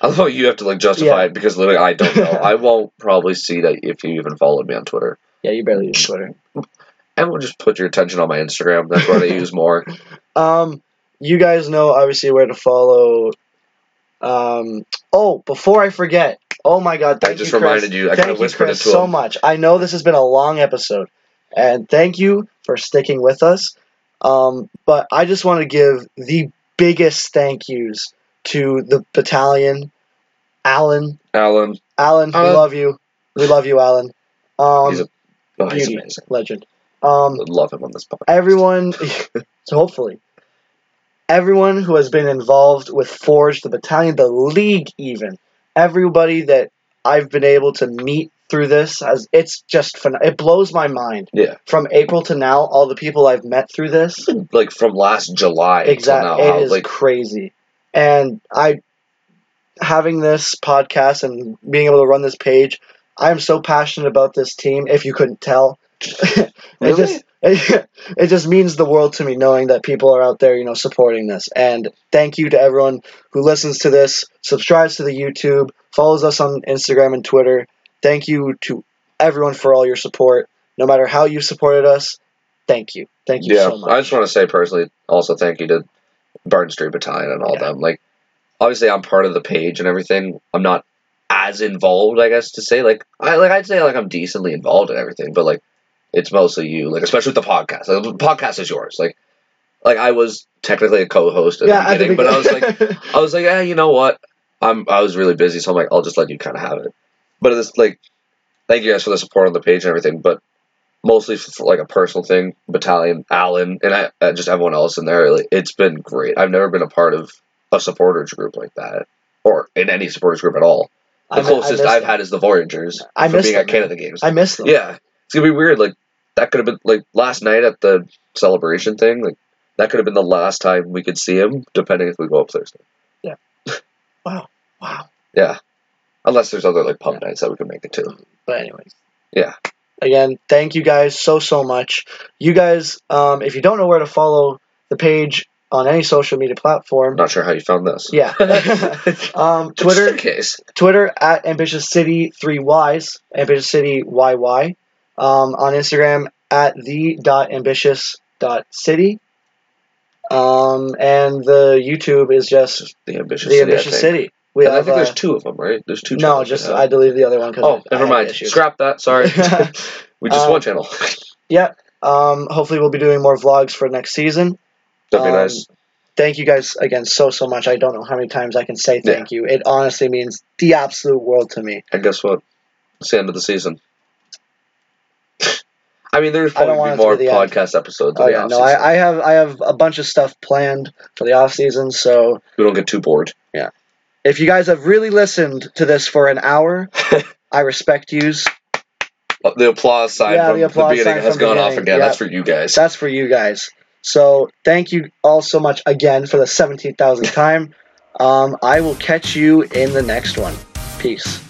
Speaker 2: Although you have to like justify
Speaker 1: Yeah.
Speaker 2: it because literally I don't know. I won't probably see that if you even followed me on Twitter.
Speaker 1: Yeah, you barely use Twitter.
Speaker 2: And we'll just put your attention on my Instagram. That's what I use more.
Speaker 1: Um, you guys know obviously where to follow. Um, oh, before I forget, oh my God,
Speaker 2: I
Speaker 1: thank
Speaker 2: just
Speaker 1: you, Chris.
Speaker 2: reminded you. I kind
Speaker 1: Thank
Speaker 2: of
Speaker 1: you,
Speaker 2: whispered
Speaker 1: Chris,
Speaker 2: it to
Speaker 1: so
Speaker 2: him.
Speaker 1: much. I know this has been a long episode, and thank you for sticking with us. Um, but I just want to give the biggest thank yous to the battalion, Alan.
Speaker 2: Alan.
Speaker 1: Alan, we
Speaker 2: Alan.
Speaker 1: love you. We love you, Alan. Um,
Speaker 2: He's a- Oh, he's
Speaker 1: beauty,
Speaker 2: amazing.
Speaker 1: legend. Um,
Speaker 2: I love him on this podcast.
Speaker 1: everyone so hopefully everyone who has been involved with forge the battalion the league even everybody that i've been able to meet through this as it's just phen- it blows my mind
Speaker 2: Yeah.
Speaker 1: from april to now all the people i've met through this
Speaker 2: Like from last July
Speaker 1: exactly
Speaker 2: till now.
Speaker 1: it
Speaker 2: How,
Speaker 1: is
Speaker 2: like
Speaker 1: crazy and i having this podcast and being able to run this page i am so passionate about this team if you couldn't tell it
Speaker 2: Really?
Speaker 1: just it, it just means the world to me knowing that people are out there you know supporting this and thank you to everyone who listens to this subscribes to the youtube follows us on instagram and twitter thank you to everyone for all your support no matter how you supported us thank you thank you
Speaker 2: yeah,
Speaker 1: so much
Speaker 2: I just want to say personally, also thank you to Burn Street Battalion and all
Speaker 1: Yeah.
Speaker 2: them. Like, obviously, I'm part of the page and everything. I'm not as involved, I guess, to say. Like, I like I'd say like I'm decently involved in everything, but like, it's mostly you. Like, especially with the podcast. Like, the podcast is yours. Like, like I was technically a co-host at
Speaker 1: yeah
Speaker 2: the beginning, but I was like,
Speaker 1: I was like
Speaker 2: I was like, eh, you know what? I'm I was really busy, so I'm like, I'll just let you kind of have it. But it's like, thank you guys for the support on the page and everything. But mostly for like a personal thing. Battalion, Allen, and I and just everyone else in there. Like, it's been great. I've never been a part of a supporters group like that, or in any supporters group at all. The
Speaker 1: I mi- I
Speaker 2: closest
Speaker 1: miss
Speaker 2: I've
Speaker 1: them.
Speaker 2: had is the Voyagers
Speaker 1: I
Speaker 2: for
Speaker 1: miss
Speaker 2: being
Speaker 1: them,
Speaker 2: at Canada Games.
Speaker 1: I miss them.
Speaker 2: Yeah, it's gonna be weird. Like that could have been like last night at the celebration thing. Like that could have been the last time we could see him, depending if we go up Thursday.
Speaker 1: Wow.
Speaker 2: Yeah, unless there's other like pub nights that we can make it to.
Speaker 1: But anyways.
Speaker 2: Yeah.
Speaker 1: Again, thank you guys so so much. You guys, um, if you don't know where to follow the page on any social media
Speaker 2: I'm
Speaker 1: platform,
Speaker 2: not sure how you found this.
Speaker 1: yeah, um,
Speaker 2: Twitter
Speaker 1: Twitter
Speaker 2: case.
Speaker 1: Twitter at ambitious city three Ys, ambitious city YY. Um, on Instagram at the dot ambitious dot city. Um, and the YouTube is just
Speaker 2: The ambitious
Speaker 1: the
Speaker 2: city.
Speaker 1: ambitious
Speaker 2: I think.
Speaker 1: city. We
Speaker 2: and I think
Speaker 1: uh,
Speaker 2: there's two of them, right? There's two.
Speaker 1: no,
Speaker 2: channels,
Speaker 1: just
Speaker 2: yeah.
Speaker 1: I deleted the other one because
Speaker 2: Oh, never mind. Scrap that. Sorry. we just
Speaker 1: Um,
Speaker 2: one channel.
Speaker 1: um, hopefully we'll be doing more vlogs for next season.
Speaker 2: That'd be
Speaker 1: um,
Speaker 2: nice.
Speaker 1: thank you guys again so so much. I don't know how many times I can say thank you. It honestly means the absolute world to me.
Speaker 2: And guess what? It's the end of the season. I mean, there's
Speaker 1: I don't
Speaker 2: probably
Speaker 1: want
Speaker 2: be
Speaker 1: it to
Speaker 2: more
Speaker 1: be the end.
Speaker 2: podcast episodes in
Speaker 1: Oh
Speaker 2: the
Speaker 1: yeah,
Speaker 2: off
Speaker 1: no, I, I have I have a bunch of stuff planned for the off season. So
Speaker 2: we don't get too bored.
Speaker 1: if you guys have really listened to this for an hour, I respect yous.
Speaker 2: Uh, The applause sign
Speaker 1: Yeah,
Speaker 2: from
Speaker 1: the
Speaker 2: the,
Speaker 1: applause
Speaker 2: beginning
Speaker 1: sign
Speaker 2: has
Speaker 1: from the
Speaker 2: gone off
Speaker 1: beginning,
Speaker 2: again.
Speaker 1: yeah.
Speaker 2: That's for you guys.
Speaker 1: That's for you guys. So thank you all so much again for the seventeen thousandth time. Um, I will catch you in the next one. Peace.